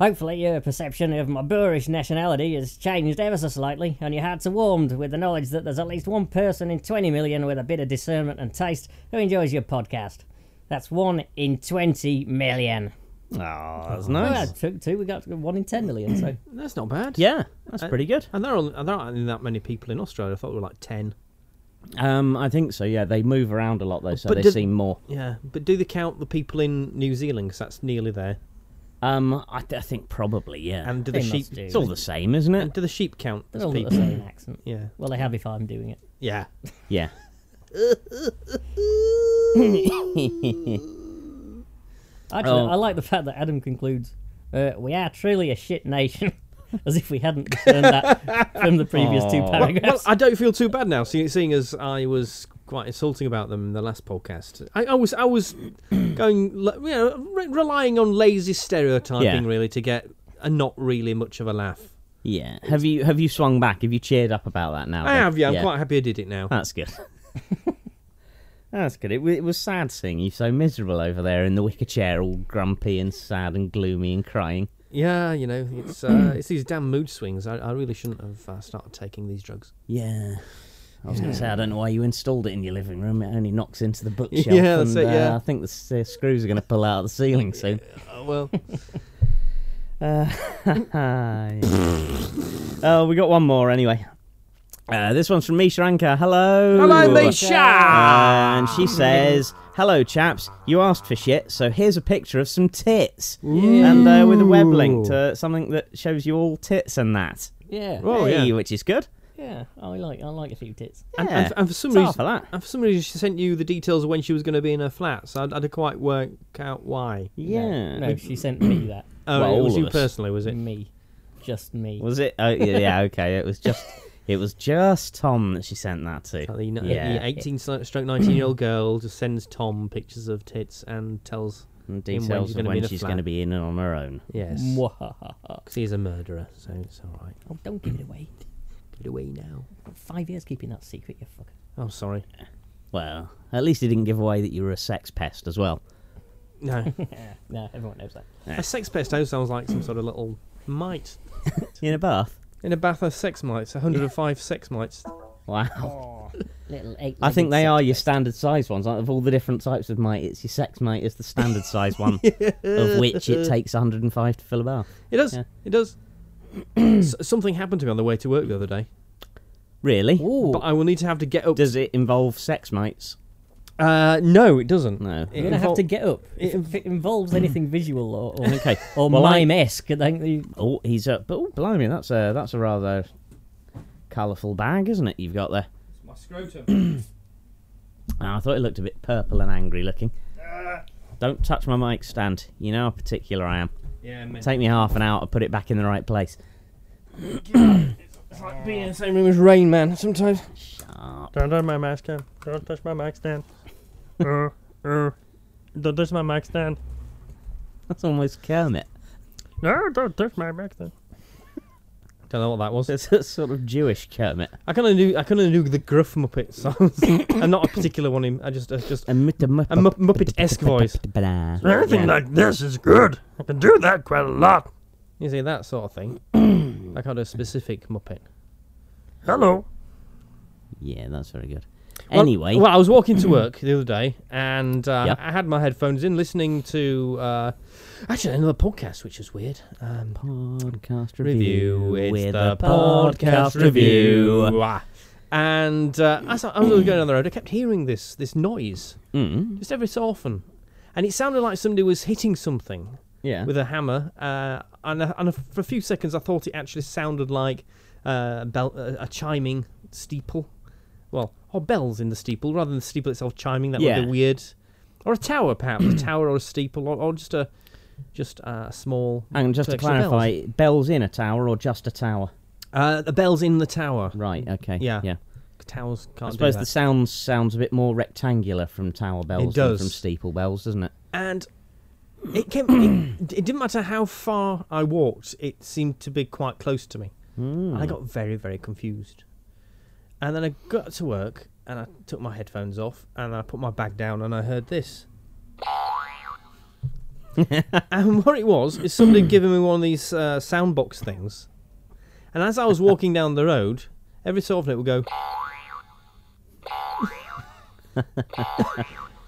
Hopefully, your perception of my boorish nationality has changed ever so slightly, and your hearts are warmed with the knowledge that there's at least one person in 20 million with a bit of discernment and taste who enjoys your podcast. That's one in 20 million.
Oh, that's
Well, that took two, we got one in 10 million, so.
That's not bad.
Yeah, that's pretty good.
And there, are, there aren't that many people in Australia. I thought there were like 10.
Um, I think so. Yeah, they move around a lot though, so
But
they
did-
seem more.
Yeah, but do they count the people in New Zealand? Because that's nearly there.
Um, I, th- I think probably yeah.
And do the
They
sheep?
must do.
it's all the same, isn't
And
it?
do the sheep count as
They're all got
people?
the same accent.
Yeah,
Well, they have if I'm doing it.
yeah.
Yeah.
Actually,
Oh. Oh.
I like the fact that Adam concludes, uh, "We are truly a shit nation." as if we hadn't discerned that from the previous two
Aw.
Well,
paragraphs.
I don't feel too bad now, seeing, seeing as I was quite insulting about them in the last podcast. I, I was I was going le- you know, re- relying on lazy stereotyping
Yeah.
really to get a not really much of a laugh.
Yeah. Have you have you swung back? Have you cheered up about that now?
I
then?
have, yeah. I'm quite happy I did it now.
That's good. That's good. It, w- it was sad seeing you so miserable over there in the wicker chair, all grumpy and sad and gloomy and crying.
Yeah, you know, it's uh, it's these damn mood swings. I, I really shouldn't have uh, started taking these drugs.
Yeah. I was going to say, I don't know why you installed it in your living room. It only knocks into the bookshelf.
Yeah, that's
and,
it, yeah.
uh, I think the s- uh, screws are going to pull out of the ceiling soon.
Uh, well,
oh, we got one more anyway. Uh, this one's from Misha Anka. Hello.
hello,
Uh,
Misha.
and she says, "Hello, chaps. You asked for shit, so here's a picture of some tits, and uh, with a web link to something that shows you all tits and that.
Yeah,
Oh,
Hey,
yeah.
which is good.
yeah. I like I like a few tits.
And,
Yeah.
and, and for some
It's
reason,
half of that.
and for some reason, she sent you the details of when she was going to be in her flat, so I, I didn't quite work out why.
Yeah.
No, no, she sent me that.
Oh,
Well,
it was
all of
you
us.
personally, was it?
Me, just me.
Was it? Oh, yeah. yeah, Okay. It was just. It was just Tom that she sent that to.
Like the, ni-
Yeah.
the 18 e, stroke 19 year old girl just sends Tom pictures of tits and tells,
And
in when
details
she's
of
gonna be
when
in a
she's
flat.
going to be in and on her own.
yes,
Mwahaha.
because he's a murderer, so it's all right.
Oh, don't give it away.
Get away now.
Five years keeping that secret, you fucker.
Oh, sorry.
Well, at least he didn't give away that you were a sex pest as well.
No,
no, everyone knows that.
a sex pest though sounds like some sort of little mite
In a bath.
in a bath of sex mites. 105 sex mites.
Wow.
Little eight.
I think they are your standard size ones. Like, of all the different types of mite, it's your sex mite is the standard size one, of which it takes 105 to fill a bath.
It does.
Yeah.
It does. S- something happened to me on the way to work the other day,
Really?
Ooh.
but I will need to have to get up.
Does it involve sex mites?
uh, no, it doesn't.
No.
It
You're gonna have to
invol-
get up. If it, involves anything visual or or,
Okay.
or
Well, I-
mime-esque, I think you,
Oh, he's up. But oh, blimey, that's a that's a rather colourful bag, isn't it? You've got there.
My scrotum.
Ah, I thought it looked a bit purple and angry looking.
Ah.
Don't touch my mic stand. You know how particular I am.
yeah, man.
Take me half an hour to put it back in the right place.
It's like being in the same room as Rain Man sometimes.
Sharp.
Don't touch my mic stand. Don't touch my mic stand. uh, uh. Don't touch my mic stand.
That's almost Kermit.
No, don't touch my mic stand.
Don't know what that was.
It's a sort of Jewish Kermit.
I kind of knew I kind of knew the gruff Muppet sounds, and not a particular one. in- I just I just
A, mit- a,
a Mu- Muppet-esque voice.
Anything
Yeah.
like this is good. I can do that quite a lot.
You see that sort of thing, like on a specific Muppet.
Hello.
Yeah, that's very good.
Well-
Anyway,
well, I was walking to work the other day, and uh,
Yeah.
I had my headphones in, listening to uh, actually another podcast, which is weird. Um,
podcast review.
review. It's
with
the
a podcast review.
Ah. And uh, as I as I was going down the road, I kept hearing this this noise
Mm,
just every so often, and it sounded like somebody was hitting something
yeah.
with a hammer. Uh, and a, and a, for a few seconds, I thought it actually sounded like uh, bell, a, a chiming steeple. Well, or bells in the steeple, rather than the steeple itself chiming. That would
Yeah.
be weird. Or a tower, perhaps a tower or a steeple, or, or just a just a small.
and just to
collection of bells.
clarify, bells in a tower or just a tower?
uh, the bells in the tower.
Right. Okay.
Mm. Yeah.
Yeah.
Towers
I
can't do
suppose
that.
the sound sounds a bit more rectangular from tower bells
does.
than from steeple bells, doesn't it?
and it came. It, it didn't matter how far I walked; it seemed to be quite close to me.
Hmm. Mm.
And I got very, very confused. And then I got to work, and I took my headphones off, and I put my bag down, and I heard this. and what it was is somebody giving me one of these uh, soundbox things. And as I was walking down the road, every so often it would go.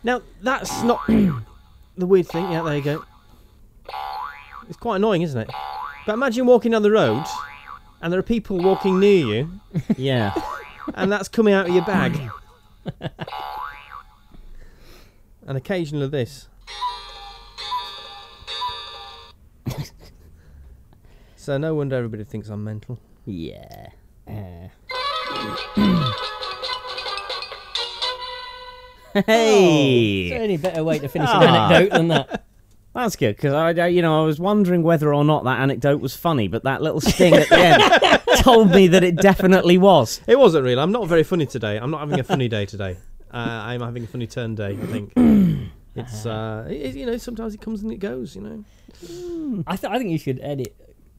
now that's not the weird thing. Yeah, there you go. It's quite annoying, isn't it? But imagine walking down the road, and there are people walking near you,
yeah.
and that's coming out of your bag. and occasionally this. so no wonder everybody thinks I'm mental.
Yeah.
uh,
Hey.
Is there any better way to finish an
Ah.
Oh, anecdote than that?
That's good because I, I- you know, I was wondering whether or not that anecdote was funny, but that little sting at the end told me that it definitely was.
It wasn't real. I'm not very funny today. I'm not having a funny day today. Uh, I'm having a funny turn day. I think it's uh, it, you know sometimes it comes and it goes. You know,
I, th- I think you should edit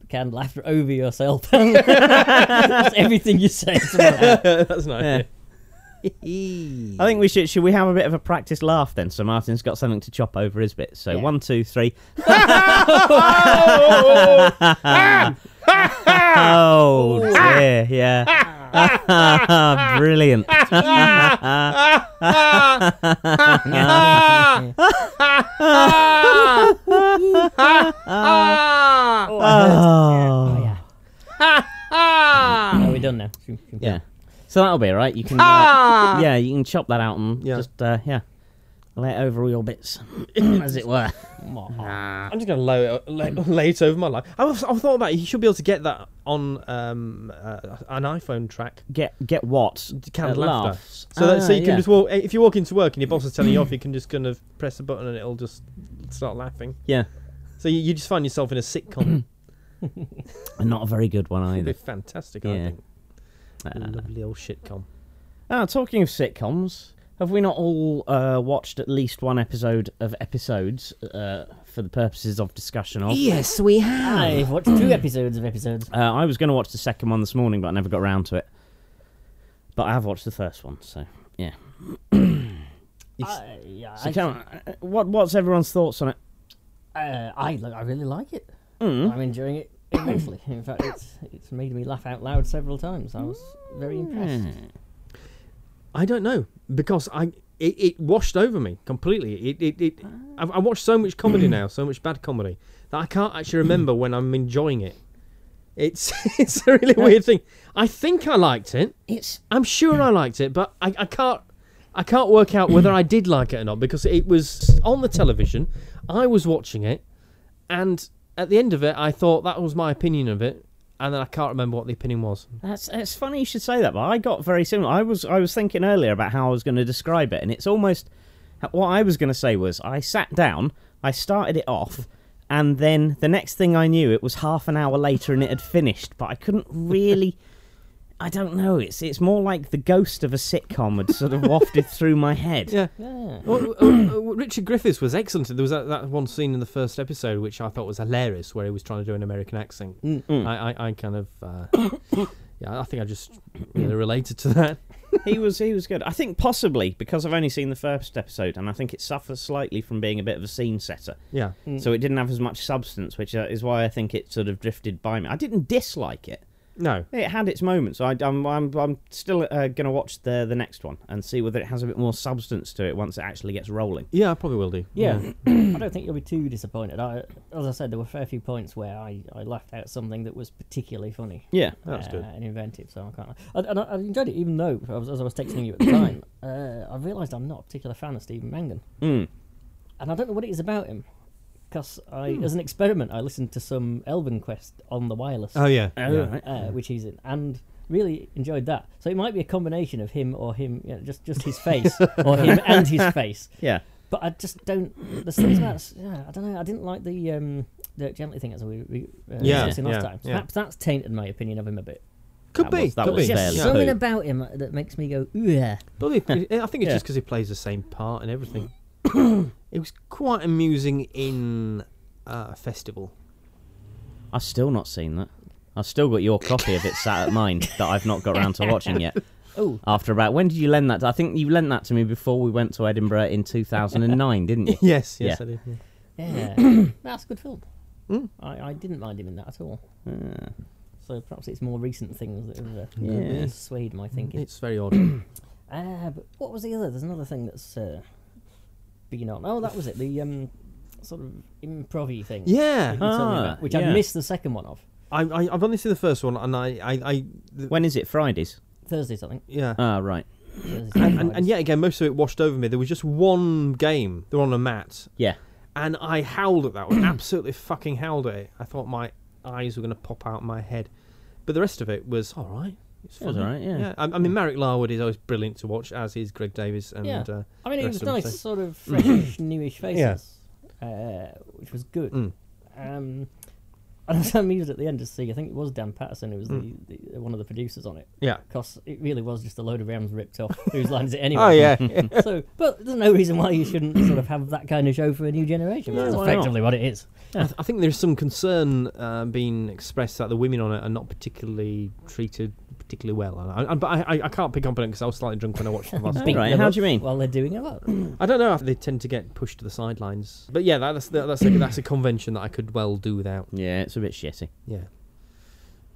canned laughter over yourself. That's everything you say.
that's nice.
Yeah. I think we should. Should we have a bit of a practice laugh then? So Martin's got something to chop over his bit. So
Yeah.
one, two, three. Oh dear, yeah. Brilliant.
Oh,
Oh
yeah. Are we Ah, done now? Should- should we-
yeah. So that'll be all right. You can uh, yeah, you can chop that out and
Ah! Yeah.
just uh, yeah, lay it over all your bits, as it were.
I'm just gonna lay it, lay,
Hmm.
lay it over my life. I was, I thought about it. You should be able to get that on um, uh, an iPhone track.
Get get what?
Canned
Uh,
laughter.
laughs.
So that, so
Ah,
you can
yeah.
just walk if you walk into work and your boss is telling you off, you can just kind of press a button and it'll just start laughing.
yeah,
So you, you just find yourself in a sitcom.
and not a very good one
It'd be
either.
fantastic, I
Yeah.
think. Lovely old shitcom.
Ah, talking of sitcoms, have we not all uh, watched at least one episode of episodes uh, for the purposes of discussion of?
Yes, we have. I've watched two episodes of episodes.
Uh, I was going to watch the second one this morning, but I never got around to it. But I have watched the first one, so yeah.
I, yeah,
So
I,
come on, uh, what what's everyone's thoughts on it?
uh, I, li- I really like it.
Mm.
I'm enjoying it immensely. In fact, it's it's made me laugh out loud several times. I was
Mm.
very impressed.
I don't know because I it, it washed over me completely. It it, it I've, I watched so much comedy now, so much bad comedy that I can't actually remember when I'm enjoying it. It's it's a really weird thing. I think I liked it.
It's
I'm sure I liked it, but I, I can't I can't work out whether I did like it or not because it was on the television. I was watching it, and at the end of it, I thought that was my opinion of it, and then I can't remember what the opinion was.
that's it's funny you should say that, but I got very similar. I was I was thinking earlier about how I was going to describe it, and it's almost what I was going to say was I sat down, I started it off, and then the next thing I knew, it was half an hour later and it had finished, but I couldn't really. I don't know. It's it's more like the ghost of a sitcom had sort of wafted through my head.
Yeah.
Yeah.
Well, uh, uh, Richard Griffiths was excellent. There was that, that one scene in the first episode which I thought was hilarious, where he was trying to do an American accent.
Mm.
I, I, I kind of, uh, yeah, I think I just really related to that.
he was he was good. I think possibly because I've only seen the first episode, and I think it suffers slightly from being a bit of a scene setter,
Yeah,
so it didn't have as much substance, which uh, is why I think it sort of drifted by me. I didn't dislike it;
no,
it had its moments. I, I'm I'm I'm still uh, going to watch the the next one and see whether it has a bit more substance to it once it actually gets rolling.
yeah, I probably will do.
Yeah, I don't think you'll be too disappointed. I, as I said, there were a fair few points where I, I laughed out something that was particularly funny.
Yeah,
That's
uh,
good.
and inventive. So I can't. And, and I, I enjoyed it, even though I was, as I was texting you at the time, uh, I realised I'm not a particular fan of Stephen Mangan,
Mm.
and I don't know what it is about him. Because I,
Hmm.
as an experiment, I listened to some Elven Quest on the wireless,
Oh yeah,
Oh,
yeah.
right.
uh, which he's in, and really enjoyed that. So it might be a combination of him or him, you know, just just his face, or him and his face.
yeah.
But I just don't. There's things about. Yeah, I don't know. I didn't like the um, the gently thing as we, we uh,
Yeah,
discussed in last
yeah,
time.
yeah.
Perhaps that's tainted my opinion of him a bit.
Could
That
be,
was- that
could
was
be.
There's
fairly
Yeah.
fair.
something
poo.
about him that makes me go, ooh, yeah.
But it- I think it's
Yeah.
just because he plays the same part and everything. it was quite amusing in uh, a festival.
I've still not seen that. I've still got your copy of it sat at mine that I've not got round to watching yet.
Oh.
After about when did you lend that? To, I think you lent that to me before we went to Edinburgh in 2009, didn't you?
Yes, yes,
Yeah.
I did. yeah.
yeah. that's a good film.
Mm.
I, I didn't mind him in that at all. So perhaps it's more recent things that have uh,
Yeah.
swayed my thinking.
It's very odd.
Uh, but what was the other? There's another thing that's uh, been on. Oh, that was it. The um, sort of improv thing.
Yeah.
that you told me
Ah,
about, which
yeah.
I missed the second one of.
I, I I've only seen the first one, and I I, I the,
When is it? Fridays.
Thursdays, I think.
yeah.
Ah, right.
Thursdays,
and, and yet again, most of it washed over me. There was just one game. They were on a mat,
Yeah.
and I howled at that one. absolutely fucking howled at it. I thought my eyes were going to pop out my head, but the rest of it was all right. It's
It was
funny.
all right, yeah.
I, I mean, Marek Larwood is always brilliant to watch, as is Greg Davis. And
Yeah.
uh,
I mean,
the
it
rest
was
of them, Mm.
nice,
so-
sort of fresh, newish faces. uh, which was good.
Mm.
Um, and I was amused at the end to see. I think it was Dan Patterson who was
Mm.
the, the, one of the producers on it.
Yeah.
Because it really was just a load of rams ripped off. Whose lines it anyway?
Oh yeah.
so, but there's no reason why you shouldn't sort of have that kind of show for a new generation.
No,
That's
why not?
effectively what it is.
I th- I think there's some concern uh, being expressed that the women on it are not particularly treated particularly well. And I, I, but I, I- I can't pick up on it because I was slightly drunk when I watched the last
Beat
one.
Right.
them
how
up
do you mean?
While they're doing a lot.
I don't know. if They tend to get pushed to the sidelines. But yeah, that, that's that, that's a, that's a convention that I could well do without.
Yeah, it's a bit shitty.
Yeah.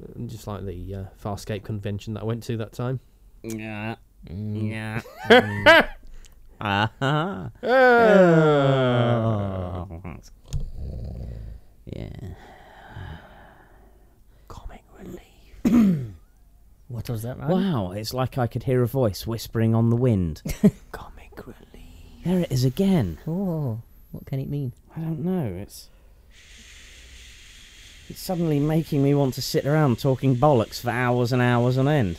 Uh, Just like the uh, Farscape convention that I went to that time.
Yeah.
Mm.
Yeah. Ah. Yeah.
Comic relief.
What was that, man?
Wow, it's like I could hear a voice whispering on the wind.
Comic relief.
there it is again.
Oh, what can it mean?
I don't know. It's it's suddenly making me want to sit around talking bollocks for hours and hours on end.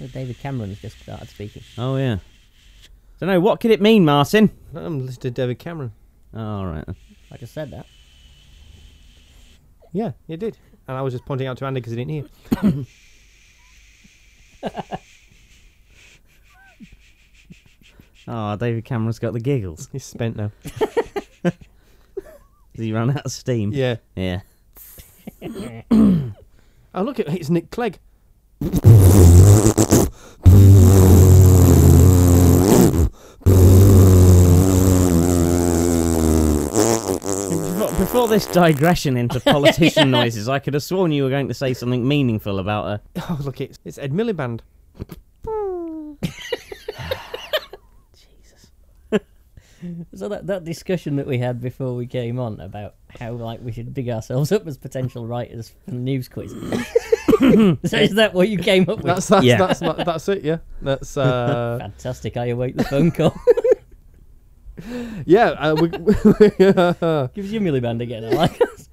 Well, David Cameron's just started speaking.
Oh yeah. Don't know what could it mean, Martin.
I'm listening to David Cameron.
Oh, all right. then.
I just said that.
Yeah, you did. And I was just pointing out to Andy because he didn't hear.
Oh, David Cameron's got the giggles.
He's spent now.
He ran out of steam.
Yeah.
Yeah.
Oh look, it- it's Nick Clegg.
Before, before this digression into politician noises, I could have sworn you were going to say something meaningful about her.
Oh look, it's it's Ed Miliband.
So that, that discussion that we had before we came on about how like we should dig ourselves up as potential writers for the news quiz. so is that what you came up with?
That's that's
Yeah.
that's not, that's it. Yeah, that's uh,
Fantastic! I await the phone call.
yeah. Uh, we, we-
Gives you Milliband again. I like us.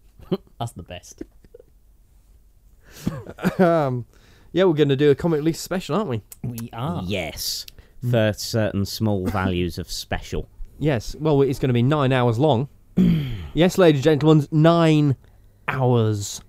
That's the best.
um, yeah, we're going to do a comic relief special, aren't we?
We
Ah.
are.
Yes.
Hmm.
For certain small values of special.
Yes. Well, it's going to be nine hours long. yes, ladies and gentlemen, nine hours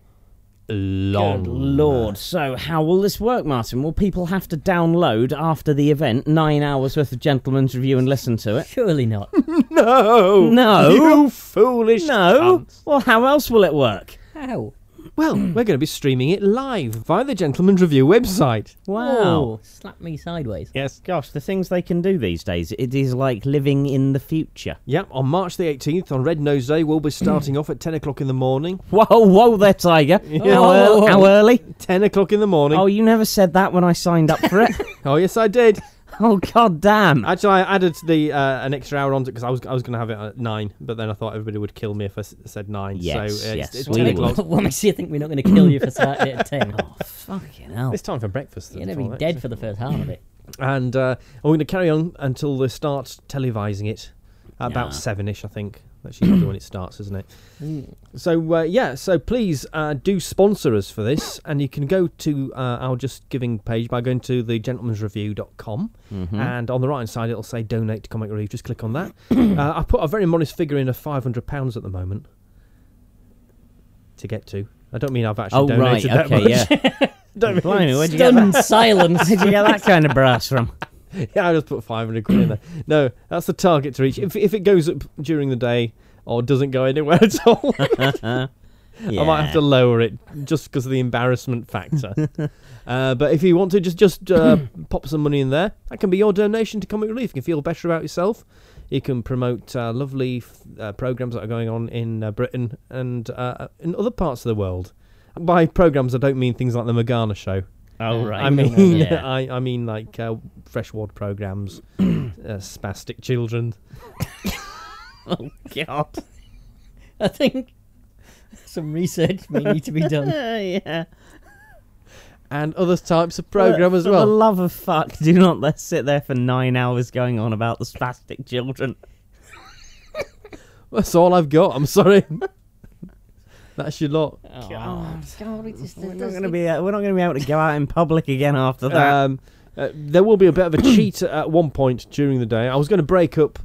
long.
Good lord. So, how will this work, Martin? Will people have to download after the event nine hours worth of Gentleman's Review and listen to it?
Surely not.
No,
No.
you foolish.
No.
cunts.
Well, how else will it work?
How?
Well, we're going to be streaming it live via the Gentleman's Review website.
Wow.
Oh.
Whoa, slap me sideways.
Yes.
Gosh, the things they can do these days, it is like living in the future.
Yeah, on March the 18th, on Red Nose Day, we'll be starting off at 10 o'clock in the morning.
Whoa, whoa there, Tiger. How,
Oh.
ear- how early?
10 o'clock in the morning.
Oh, you never said that when I signed up for it.
Oh, yes, I did.
oh, god damn.
Actually, I added the uh, an extra hour onto it because I was I was going to have it at nine, but then I thought everybody would kill me if I s- said nine.
Yes,
so uh,
yes,
it's, it's
we
ten
would.
o'clock.
what makes you think we're not going to kill you for starting at 10?
Fucking hell.
It's time for breakfast. eh?
You're
then,
going to be
Twilight.
dead for the first half of it.
And uh, we're going to carry on until they start televising it, at
Nah.
about sevenish, I think. That's usually when it starts, isn't it?
Mm.
So uh, yeah, so please uh, do sponsor us for this, and you can go to uh, our just giving page by going to the gentleman'sreview.com,
Hmm. Mm-hmm.
and on the right hand side it'll say donate to Comic Relief. Just click on that. uh, I put a very modest figure in of five hundred pounds at the moment to get to. I don't mean I've actually
Oh, right.
donated that
Okay,
much.
yeah.
Don't mean-
Blimey, where'd you get that?
Stunned silence.
Where'd you get that kind of brass from?
yeah, I just put 500 quid in there. No, that's the target to reach. If, if it goes up during the day or doesn't go anywhere at all, I might have to lower it just because of the embarrassment factor. uh, but if you want to, just just uh, pop some money in there. That can be your donation to Comic Relief. You can feel better about yourself. You can promote uh, lovely f- uh, programs that are going on in uh, Britain and uh, in other parts of the world. By programs, I don't mean things like the Morgana Show.
Oh, right.
I mean,
Yeah.
I, I mean like uh, freshwater programs, uh, spastic children.
oh, God.
I think some research may need to be done.
yeah.
and other types of program as
For the
well.
love of fuck, do not let's sit there for nine hours going on about the spastic children.
That's all I've got. I'm sorry. That's your lot.
Oh, God, God it just,
We're not going to be uh, we're not going to be able to go out in public again after that.
uh, Um, uh, there will be a bit of a cheat at one point during the day. I was going to break up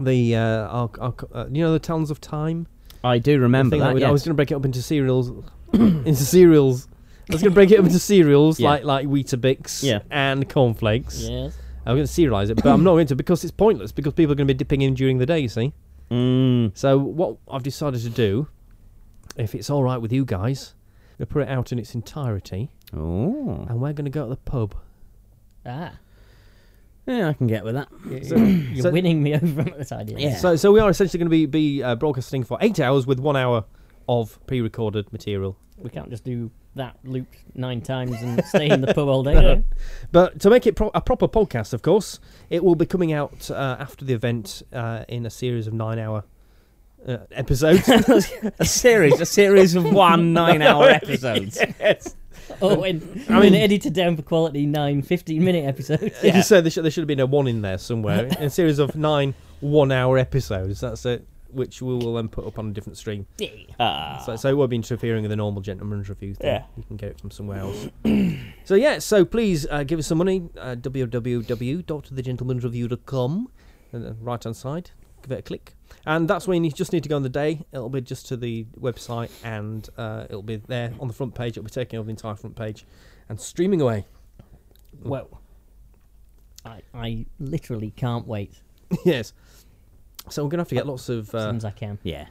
the uh, our, our, co- uh, you know the Talons of Time.
I do remember
thing
that.
we-
yeah.
I was going to break it up into cereals, into cereals. I was going to break it up into cereals
Yeah.
like like Weetabix
Yeah.
and cornflakes.
Yes.
I'm going to serialize it, but I'm not going to because it's pointless because people are going to be dipping in during the day. You see.
Mm,
So what I've decided to do, if it's all right with you guys, we'll put it out in its entirety,
Oh.
and we're going to go to the pub.
Ah.
Yeah, I can get with that.
So-
You're
so-
winning me over on this idea.
Yeah.
So, so we are essentially going to be be uh, broadcasting for eight hours with one hour of pre-recorded material.
We can't just do that loop nine times and stay in the pub all day.
No.
though.
But to make it pro- a proper podcast, of course, it will be coming out uh, after the event uh, in a series of nine-hour uh, episodes.
a series, a series of one nine-hour episodes.
yes.
Or when I mean, edited down for quality nine 15 minute episodes.
If you say there should, there should have been a one in there somewhere. a series of nine one-hour episodes. That's it. Which we will then put up on a different stream.
Ah.
So, so it won't be interfering with the normal gentleman's review thing.
Yeah.
You can get it from somewhere else. so, yeah, so please uh, give us some money. Uh, www.thegentleman'sreview.com. And uh, the right hand side, give it a click. And that's when you just need to go on the day. It'll be just to the website and uh, it'll be there on the front page. It'll be taking over the entire front page and streaming away.
Well, I, I literally can't wait as
yes. So we're going to have to get lots of. Uh,
soon as I can.
Yeah.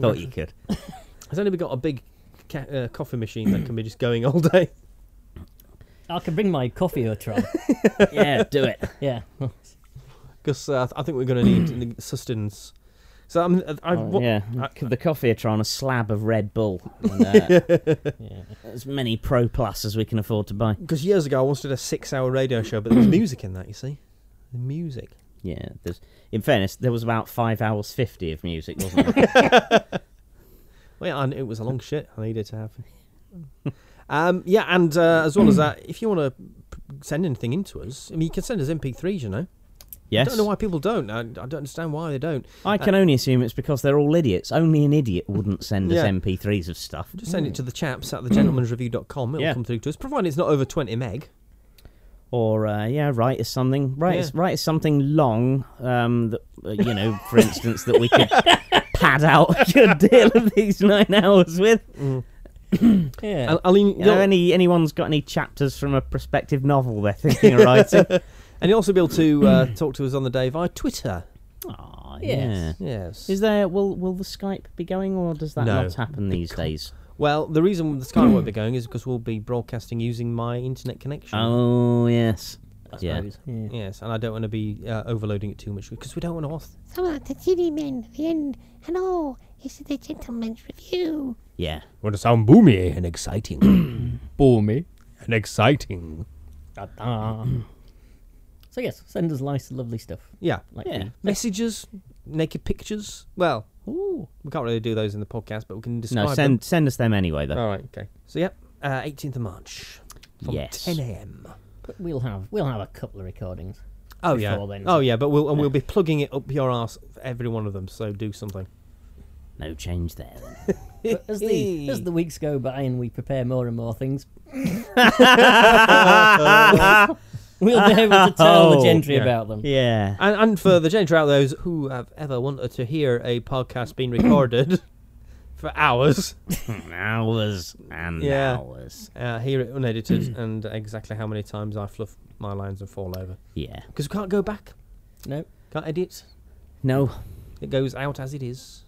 Thought you could.
it's only we got a big ca- uh, coffee machine that can be just going all day.
I can bring my coffee Otron.
yeah, do it.
yeah.
because uh, I th- I think we're going to need the sustenance. So I'm, uh, I, I- what-
Oh, yeah,
I-
C- the coffee are on a slab of Red Bull, and, uh,
yeah.
as many Pro Plus as we can afford to buy.
Because years ago I once did a six-hour radio show, but there's music in that. You see, the music.
Yeah, there's. In fairness, there was about five hours fifty of music, wasn't there?
Well, yeah, and it was a long shit. I needed to have. um, yeah, and uh, as well as that, if you want to send anything into us, I mean, you can send us MP3s. You know,
yes.
I don't know why people don't. I, I don't understand why they don't.
I can only assume it's because they're all idiots. Only an idiot wouldn't send us
Yeah.
MP3s of stuff.
Just send it to the chaps at thegentleman'sreview.com. It'll
Mm. Yeah.
come through to us, provided it's not over twenty meg.
Or uh, yeah, write us something. Write us
Yeah.
write us something long. Um, that uh, you know, for instance, that we could pad out a good deal of these nine hours with.
Yeah.
I, I mean,
You know, any anyone's got any chapters from a prospective novel they're thinking of writing?
and you'll also be able to uh,
Mm.
talk to us on the day via Twitter.
Aw,
Yes.
Yes.
Is there will will the Skype be going or does that
No.
not happen these days?
Well, the reason the Sky
Mm.
won't be going is because we'll be broadcasting using my internet connection.
Oh yes.
I
yeah.
suppose. Yeah.
Yes, and I don't want to be uh, overloading it too much because we don't want to.
Someone at uh, the Genie Men, the end. Hello, this is the Gentleman's Review.
Yeah.
Want to sound boomy and exciting. boomy and exciting.
Ta-da. Ah,
Mm.
so, yes, send us nice, lovely stuff.
Yeah.
Like
Yeah.
Messages, naked pictures. Well, ooh, we can't really do those in the podcast, but we can describe.
No,
them.
send send us them anyway though.
All right. Okay. So yeah, uh, eighteenth of March from
Yes.
ten a.m.
the- we'll have we'll have a couple of recordings.
Oh yeah.
Before then.
Oh yeah, but we'll and we'll be plugging it up your ass for every one of them. So do something.
No change there. Then.
But as the as the weeks go by and we prepare more and more things, we'll be able to tell the
Oh,
gentry
yeah.
about them.
yeah.
And, and for the gentry out there who have ever wanted to hear a podcast being recorded for hours,
hours and
Yeah.
hours.
uh, hear it unedited and exactly how many times I fluff my lines and fall over.
Yeah.
Because we can't go back,
No,
can't edit.
No.
It goes out as it is.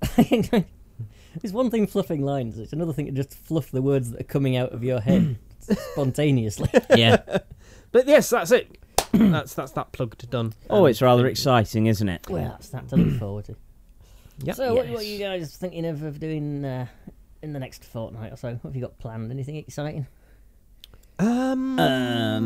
it's one thing fluffing lines. It's another thing to just fluff the words that are coming out of your head spontaneously.
Yeah.
But yes, that's it. that's that's that plugged done.
oh,
Um,
it's rather exciting, isn't it?
well, that's that to look forward to.
Yep.
so, what, what are you
Yes.
guys thinking of, of doing uh, in the next fortnight or so? What have you got planned? Anything exciting?
Um,
Uh.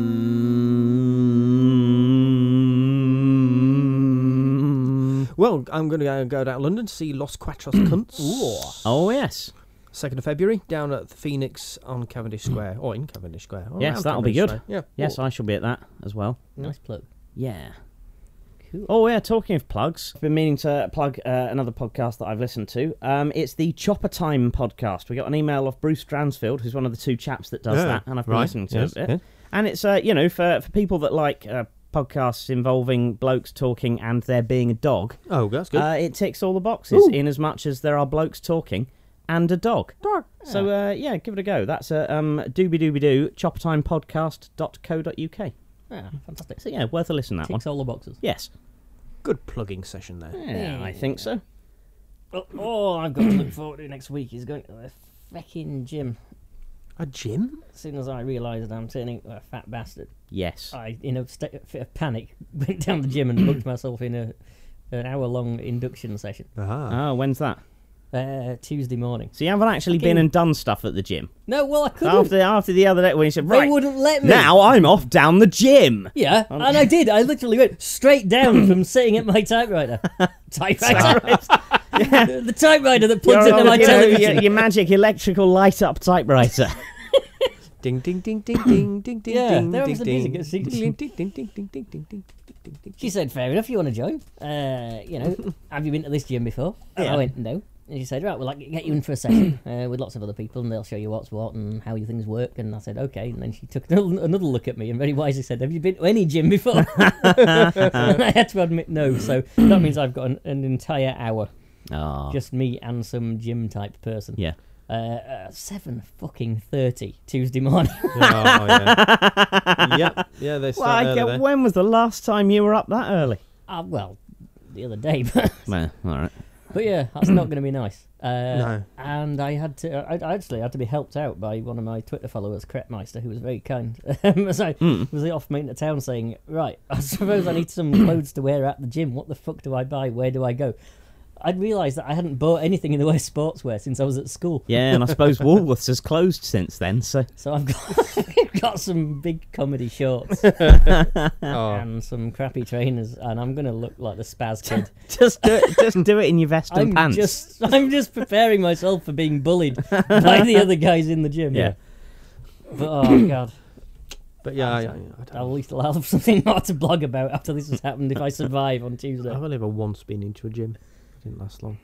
Um.
well, I'm going to go, go down to London to see Los Cuatros Cunts.
Oh yes.
2nd of February down at the Phoenix on Cavendish Square, or in Cavendish Square. or
Hmm. Yes,
around
that'll be
Cavendish
good.
Square. Yeah.
Yes, I shall be at that as well.
Nice plug.
Yeah.
Cool.
Oh yeah, talking of plugs, I've been meaning to plug uh, another podcast that I've listened to. Um, it's the Chopper Time podcast. We got an email off Bruce Dransfield, who's one of the two chaps that does
Yeah,
that, and I've been
right,
listening to
yes,
it.
yeah.
And it's uh, you know for for people that like uh, podcasts involving blokes talking and there being a dog,
Oh, that's good.
uh, it ticks all the boxes
Ooh.
in as much as there are blokes talking and a dog.
Dog.
So uh, yeah, give it a go. That's a um, doobie doobie doo choppertimepodcast.co.uk.
Ah, fantastic.
So yeah, worth a listen that one.
Ticks all the boxes.
Yes.
good plugging session there.
Yeah, I think so.
Well, all I've got to look forward to next week is going to the fecking gym.
A gym?
As soon as I realised I'm turning into a fat bastard,
Yes.
I, in a sta fit of panic, went down the gym and booked myself in a an hour long induction session
Ah.
Oh, when's that?
uh, Tuesday morning.
So you haven't actually been
Fucking-
and done stuff at the gym
No, well I couldn't.
after after the other day when you said
they
Oh, right
wouldn't let me.
now Oh. I'm off down the gym.
Yeah, and I did. I literally went straight down from sitting at my typewriter. typewriter. the typewriter that plugs into my
You know,
television.
your, your magic electrical light up typewriter.
Ding ding ding ding ding ding ding
Yeah,
ding
there
ding
was the
ding
music at six.
ding ding ding ding ding ding ding ding ding ding.
She said, "Fair enough. You want to join? Uh, you know, have you been to this gym before?" And I
Yeah.
went, "No." And she said, "Right, we'll like get you in for a session uh, with lots of other people, and they'll show you what's what and how your things work." And I said, "Okay." And then she took another another look at me and very wisely said, "Have you been to any gym before?" and I had to admit no. So that means I've got an, an entire hour,
Oh.
just me and some gym type person.
yeah.
Uh, uh, seven fucking thirty Tuesday morning.
Oh, yeah. yeah, yeah, they
Well, I
start
get-
early there.
when was the last time you were up that early?
uh, well, the other day, but
Well, all right.
But yeah, that's not going to be nice. Uh,
No.
And I had to, I, I actually had to be helped out by one of my Twitter followers, Kretmeister, who was very kind. As I was off me into town saying, right, I suppose I need some clothes to wear at the gym. What the fuck do I buy? Where do I go? I'd realised that I hadn't bought anything in the way of sportswear since I was at school.
Yeah, and I suppose Woolworths has closed since then. So
So I've got, got some big comedy shorts
Oh.
and some crappy trainers, and I'm going to look like the spaz kid.
just do it, just do it in your vest and
I'm
pants.
just I'm just preparing myself for being bullied by the other guys in the gym.
Yeah.
But oh god,
But yeah, I, I, I
I'll at
don't
least I'll have something more to blog about after this has happened if I survive on Tuesday.
I've only ever once been into a gym. It didn't last long.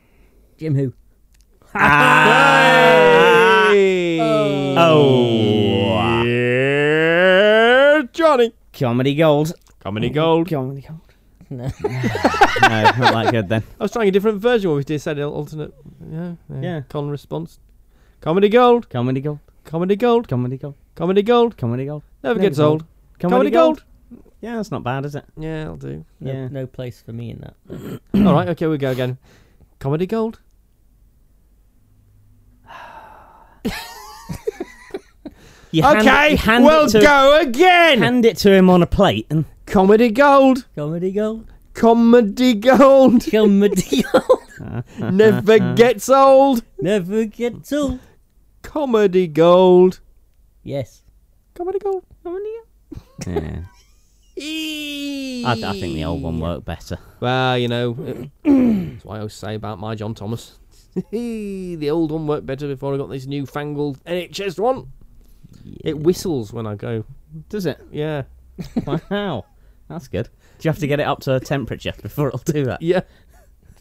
Jim who?
Ah. Oh,
Yeah, Johnny.
comedy gold.
Comedy gold.
Oh. Comedy gold.
No.
no, not that good then.
I was trying a different version where we did said alternate. Yeah,
Yeah.
Con response. Comedy gold.
Comedy gold.
Comedy gold.
Comedy gold.
Comedy gold.
Comedy gold.
Never
Never
gets
gold.
old. Comedy gold.
Yeah, that's not bad, is it?
Yeah, I'll do.
No,
Yeah.
no place for me in that.
All right, okay, we go again. Comedy gold.
You hand- you hand it to-
again.
Hand it to him on a plate, and
Comedy gold.
Comedy gold.
Comedy gold.
Comedy gold.
Never gets old.
Never get old.
Comedy gold.
Yes.
Comedy gold. Comedy gold.
yeah. I, I think the old one worked better.
Well, you know, it- that's what I always say about my John Thomas. the old one worked better before I got this newfangled NHS one. It whistles when I go.
Does it?
Yeah,
Wow, that's good. Do you have to get it up to a temperature before it'll do that?
yeah.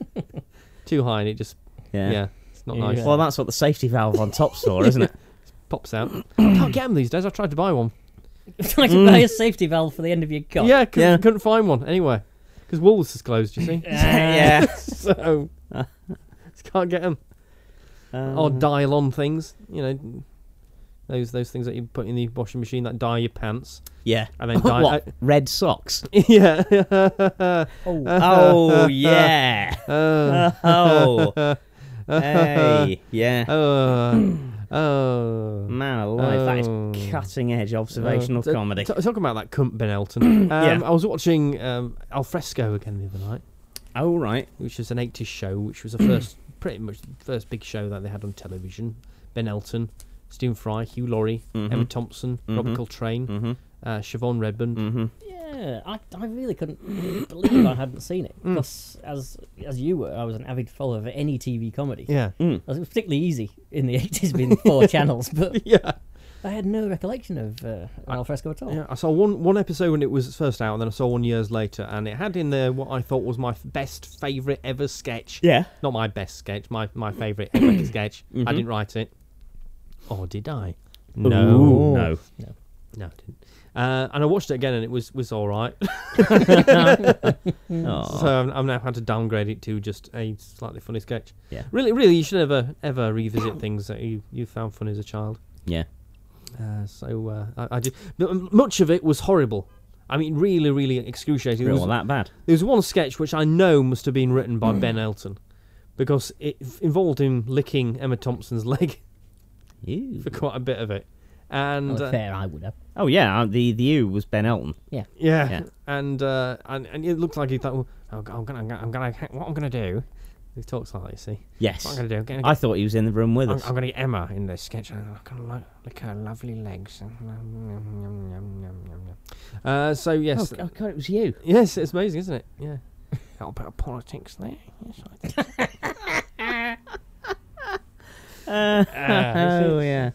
Too high and it just yeah, it's not nice.
Yeah.
Well, that's what the safety valve on top's for, isn't it?
Pops out. Can't get them these days. I tried to buy one.
I
Mm.
can buy a safety valve for the end of your cock.
Yeah, couldn't,
Yeah.
couldn't find one anyway because Woolworths is closed. You see,
yeah.
so just can't get them.
Uh.
or dial on things, you know, those those things that you put in the washing machine that dye your pants
yeah.
and then dye.
what? Red socks.
yeah.
Oh,
oh yeah.
Uh,
Oh. hey. Yeah.
uh, uh.
Man alive, that
Oh.
is cutting edge observational
Uh, t-
comedy.
T- talking about that cunt Ben Elton. Um,
Yeah.
I was watching um, Alfresco again the other night,
oh right.
which is an 80s show, which was the first, pretty much the first big show that they had on television. Ben Elton, Stephen Fry, Hugh Laurie, Emma Thompson, Robert Coltrane,
Mm. Mm-hmm,
uh, Siobhan Redmond.
Yeah, I, I really couldn't believe I hadn't seen it
Mm.
because as as you were, I was an avid follower of any TV comedy.
Yeah.
It was particularly easy in the eighties, being four channels, but
Yeah.
I had no recollection of uh, an alfresco at all.
Yeah, I saw one one episode when it was first out, and then I saw one years later, and it had in there what I thought was my f- best favourite ever sketch.
Yeah.
Not my best sketch, my my favourite ever sketch. I didn't write it, or did I? No,
Ooh. No.
No, I didn't. Uh, and I watched it again, and it was was all right.
Aw. Oh,
So I've, I've now had to downgrade it to just a slightly funny sketch.
Yeah.
Really, really, you should never ever revisit things that you, you found funny as a child.
Yeah.
Uh, so uh, I, I did. but, um, Much of it was horrible. I mean, really, really excruciating. There
Real
was,
that bad.
there was one sketch which I know must have been written by Ben Elton, because it f- involved him licking Emma Thompson's leg
Ew.
for quite a bit of it, and
Well,
uh,
fair, I would have.
Oh yeah, uh, the the ew was Ben Elton.
Yeah.
Yeah.
And, uh, and and it looked like he thought, well, I'm gonna, I'm gonna, I'm gonna, what I'm gonna do? He talks like that, you see. What I'm
Yes.
gonna do? I'm gonna,
I thought he was in the room with
I'm,
us.
I'm gonna get Emma in this sketch. and I'm gonna look, look at her lovely legs. Uh, so
Oh,
yes,
g- oh god, it was you.
yes, it's amazing, isn't it? Yeah. A little bit of politics there. Yes, I think. Ah,
oh yeah,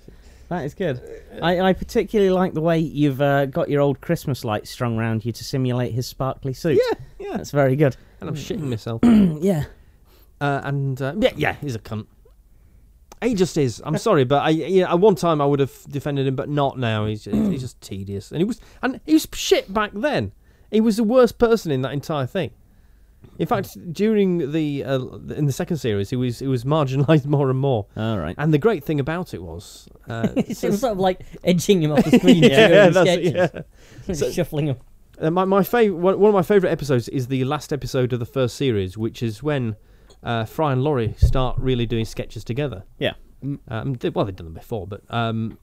that is good. I, I particularly like the way you've uh, got your old Christmas lights strung round you to simulate his sparkly suit.
yeah, yeah. Mm.
that's very good.
And I'm shitting myself.
yeah,
Uh, and uh, yeah, yeah, he's a cunt. He just is. I'm sorry, but I yeah, at one time I would have defended him, but not now. He's just, he's just tedious, and he was and he was shit back then. He was the worst person in that entire thing. In fact, during the uh, in the second series, he was he was marginalised more and more.
all right.
And the great thing about it was, uh,
It was sort of like edging him off the screen
yeah,
during the
that's it,
sketches.
yeah.
shuffling him.
Uh, my my favorite one one of my favorite episodes is the last episode of the first series, which is when uh, Fry and Laurie start really doing sketches together.
Yeah.
Um, they, well, they've done them before, but um,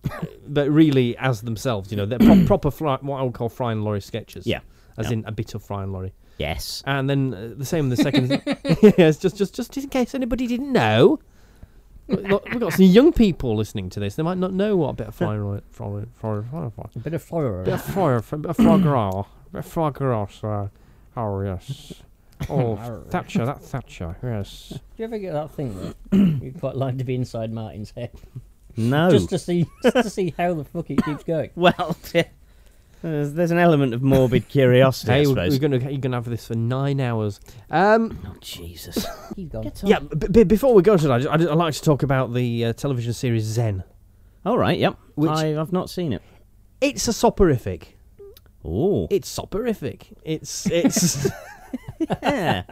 but really as themselves, you know, they're pro- proper fry, what I would call Fry and Laurie sketches.
Yeah.
As
Yeah.
in a bit of Fry and Laurie,
Yes.
and then uh, the same in the second. yes, just just just in case anybody didn't know, we've got, we've got some young people listening to this. They might not know what a bit of Fry and Laurie, Fry, Fry, Fry, Fry,
A bit of flour.
bit of fire, a bit of frog roll, bit of frog roll, sir. Oh, yes. Oh, Thatcher, that Thatcher, yes.
Do you ever get that thing that you'd quite like to be inside Martin's head?
Oh.
No.
Just to see just to see how the fuck it keeps going.
well, there's, there's an element of morbid curiosity, I
Hey, we're,
suppose.
we're gonna you're gonna have this for nine hours. Um,
Oh Jesus.
He's gone.
yeah. B- b- before we go to that, I ju- I would like to talk about the uh, television series Zen.
all right. Yep.
Which-
I, I've not seen it.
It's a soporific.
Oh.
It's soporific. It's it's
Yeah.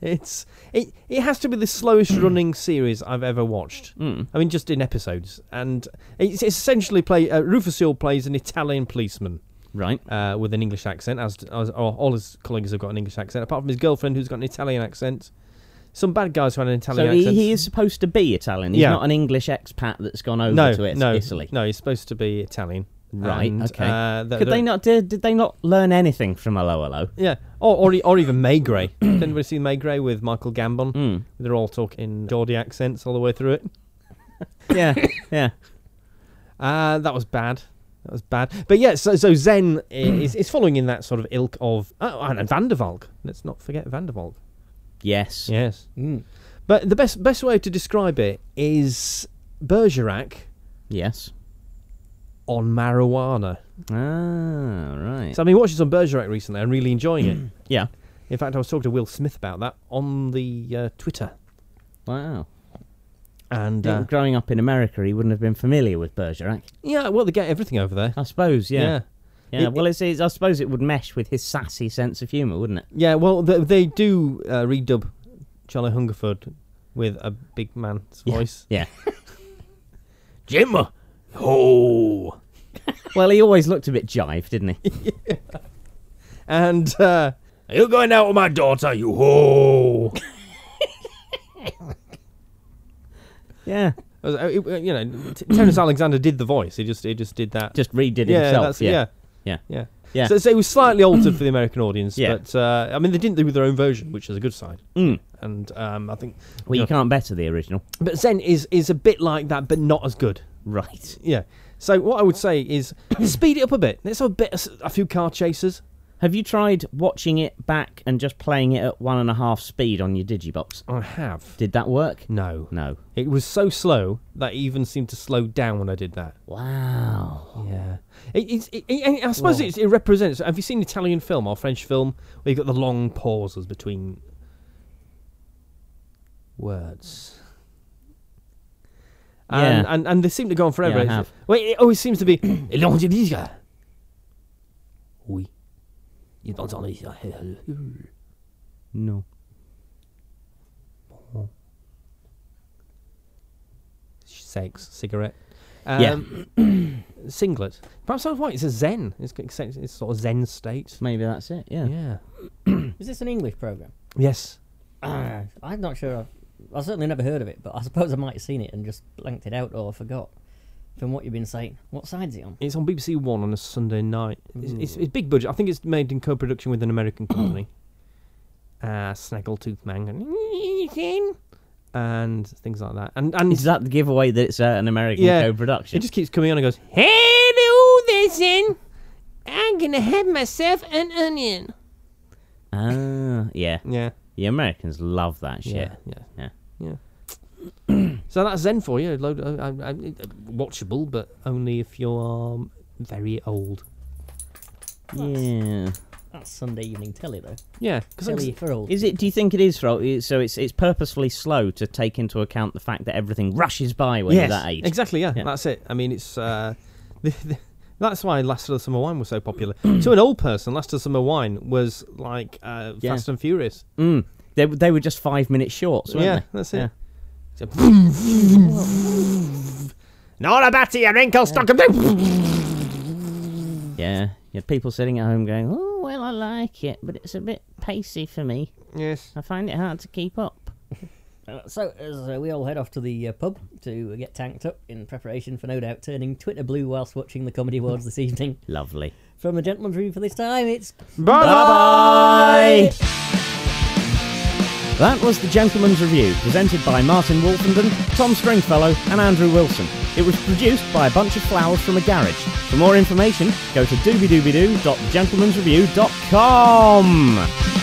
it's it, it has to be the slowest running series I've ever watched.
Mm.
I mean, just in episodes, and it's it's essentially play. Uh, Rufus Sewell plays an Italian policeman.
Right.
uh, with an English accent, as, as all all his colleagues have got an English accent, apart from his girlfriend who's got an Italian accent. Some bad guys who had an Italian
So he,
accent.
he is supposed to be Italian. He's
Yeah.
not an English expat that's gone over
no,
to it,
no,
Italy.
No, he's supposed to be Italian.
Right,
And,
okay.
Uh, th-
Could
th-
they not? Did, did they not learn anything from Hello Hello?
Yeah, or or, e- or even May Gray. Did anybody see May Gray with Michael Gambon?
Mm.
They're all talking Geordie accents all the way through it.
Yeah, yeah.
Uh, that was bad. That was bad. But yeah, so, so Zen i- is, is following in that sort of ilk of oh, and Vandervalk. Let's not forget Vandervalk.
Yes.
Yes.
Mm.
But the best best way to describe it is Bergerac
Yes.
on marijuana.
Ah, right.
So I've been watching some Bergerac recently. I'm really enjoying it.
yeah.
In fact, I was talking to Will Smith about that on the uh, Twitter.
Wow.
And
Yeah,
uh,
Growing up in America, he wouldn't have been familiar with Bergerac.
yeah, well, they get everything over there.
I suppose. Yeah. Yeah.
yeah. It-
well, it's, it's, I suppose it would mesh with his sassy sense of humour, wouldn't it?
Yeah, well, they, they do uh, redub Charlie Hungerford with a big man's
Yeah.
voice.
Yeah.
Jim! Oh!
well, he always looked a bit jive, didn't he?
And, uh, are you going out with my daughter, you ho?
yeah.
Uh, it- uh, you know, T- Terence Alexander did the voice. He just he just did that.
Just redid it
yeah,
himself.
that's,
yeah.
yeah,
Yeah.
yeah,
Yeah.
So, so it was slightly altered for the American audience.
Yeah.
But uh, I mean, they didn't do their own version, which is a good sign.
Mm.
And um, I think,
Well,
Yeah.
you can't better the original.
but Zen is is a bit like that, but not as good.
Right.
Yeah. So what I would say is speed it up a bit. Let's have a bit, of s- a few car chases.
Have you tried watching it back and just playing it at one and a half speed on your digibox?
I have.
Did that work?
No,
No.
it was so slow that it even seemed to slow down when I did that.
Wow.
Yeah, it, it's- it, it, I suppose it's, it represents. Have you seen Italian film or French film where you've got the long pauses between words? And,
Yeah.
and and they seem to go on forever.
Yeah, I
It's-
have.
Well, it always seems to be "Elon de Liga, Oui. You don't tell me.
No.
Sex, cigarette.
Yeah.
Um, singlet. Perhaps that's why it's a zen. It's, it's it's sort of zen state.
Maybe that's it. Yeah.
Yeah.
Is this an English program?
Yes.
Uh, I'm not sure. I've, I've certainly never heard of it, but I suppose I might have seen it and just blanked it out or forgot. From what you've been saying, what side's it on?
It's on BBC One on a Sunday night. It's,
Hmm.
it's, it's big budget. I think it's made in co-production with an American company. uh, Snaggletooth Man and- and things like that. And and
Is that the giveaway that it's uh, an American
Yeah.
co-production?
It just keeps coming on and goes, Hello, this in. I'm gonna have myself an onion.
Ah, yeah.
Yeah.
The Americans love that shit.
Yeah. Yeah.
Yeah.
So that's Zen for you. Load, uh, I, I, it- watchable, but only if you're um, very old.
Yeah.
That's Sunday evening telly, though.
Yeah. Cause
Telly for all.
Is it? Do you think it is? For, so it's it's purposefully slow to take into account the fact that everything rushes by when
yes,
you're that age.
Exactly. Yeah,
Yeah.
That's it. I mean, it's. Uh, the, the, that's why Last of the Summer Wine was so popular. to an old person, Last of the Summer Wine was like uh,
Yeah.
Fast and Furious.
Mm. They they were just five minute shorts, weren't
yeah,
they?
that's it.
Yeah.
It's a Not a batty, a wrinkle stuck
Yeah. You had people sitting at home going, "Oh well, I like it, but it's a bit pacey for me.
Yes.
I find it hard to keep up."
Uh, so, as uh, we all head off to the uh, pub to get tanked up in preparation for no doubt turning Twitter blue whilst watching the Comedy Awards this evening.
Lovely.
From the gentleman's room for this time, it's
Bye
That was The Gentleman's Review, presented by Martin Wolfenden, Tom Stringfellow, and Andrew Wilson. It was produced by a bunch of flowers from a garage. For more information, go to doobiedoobidoo.thegentleman'sreview.com.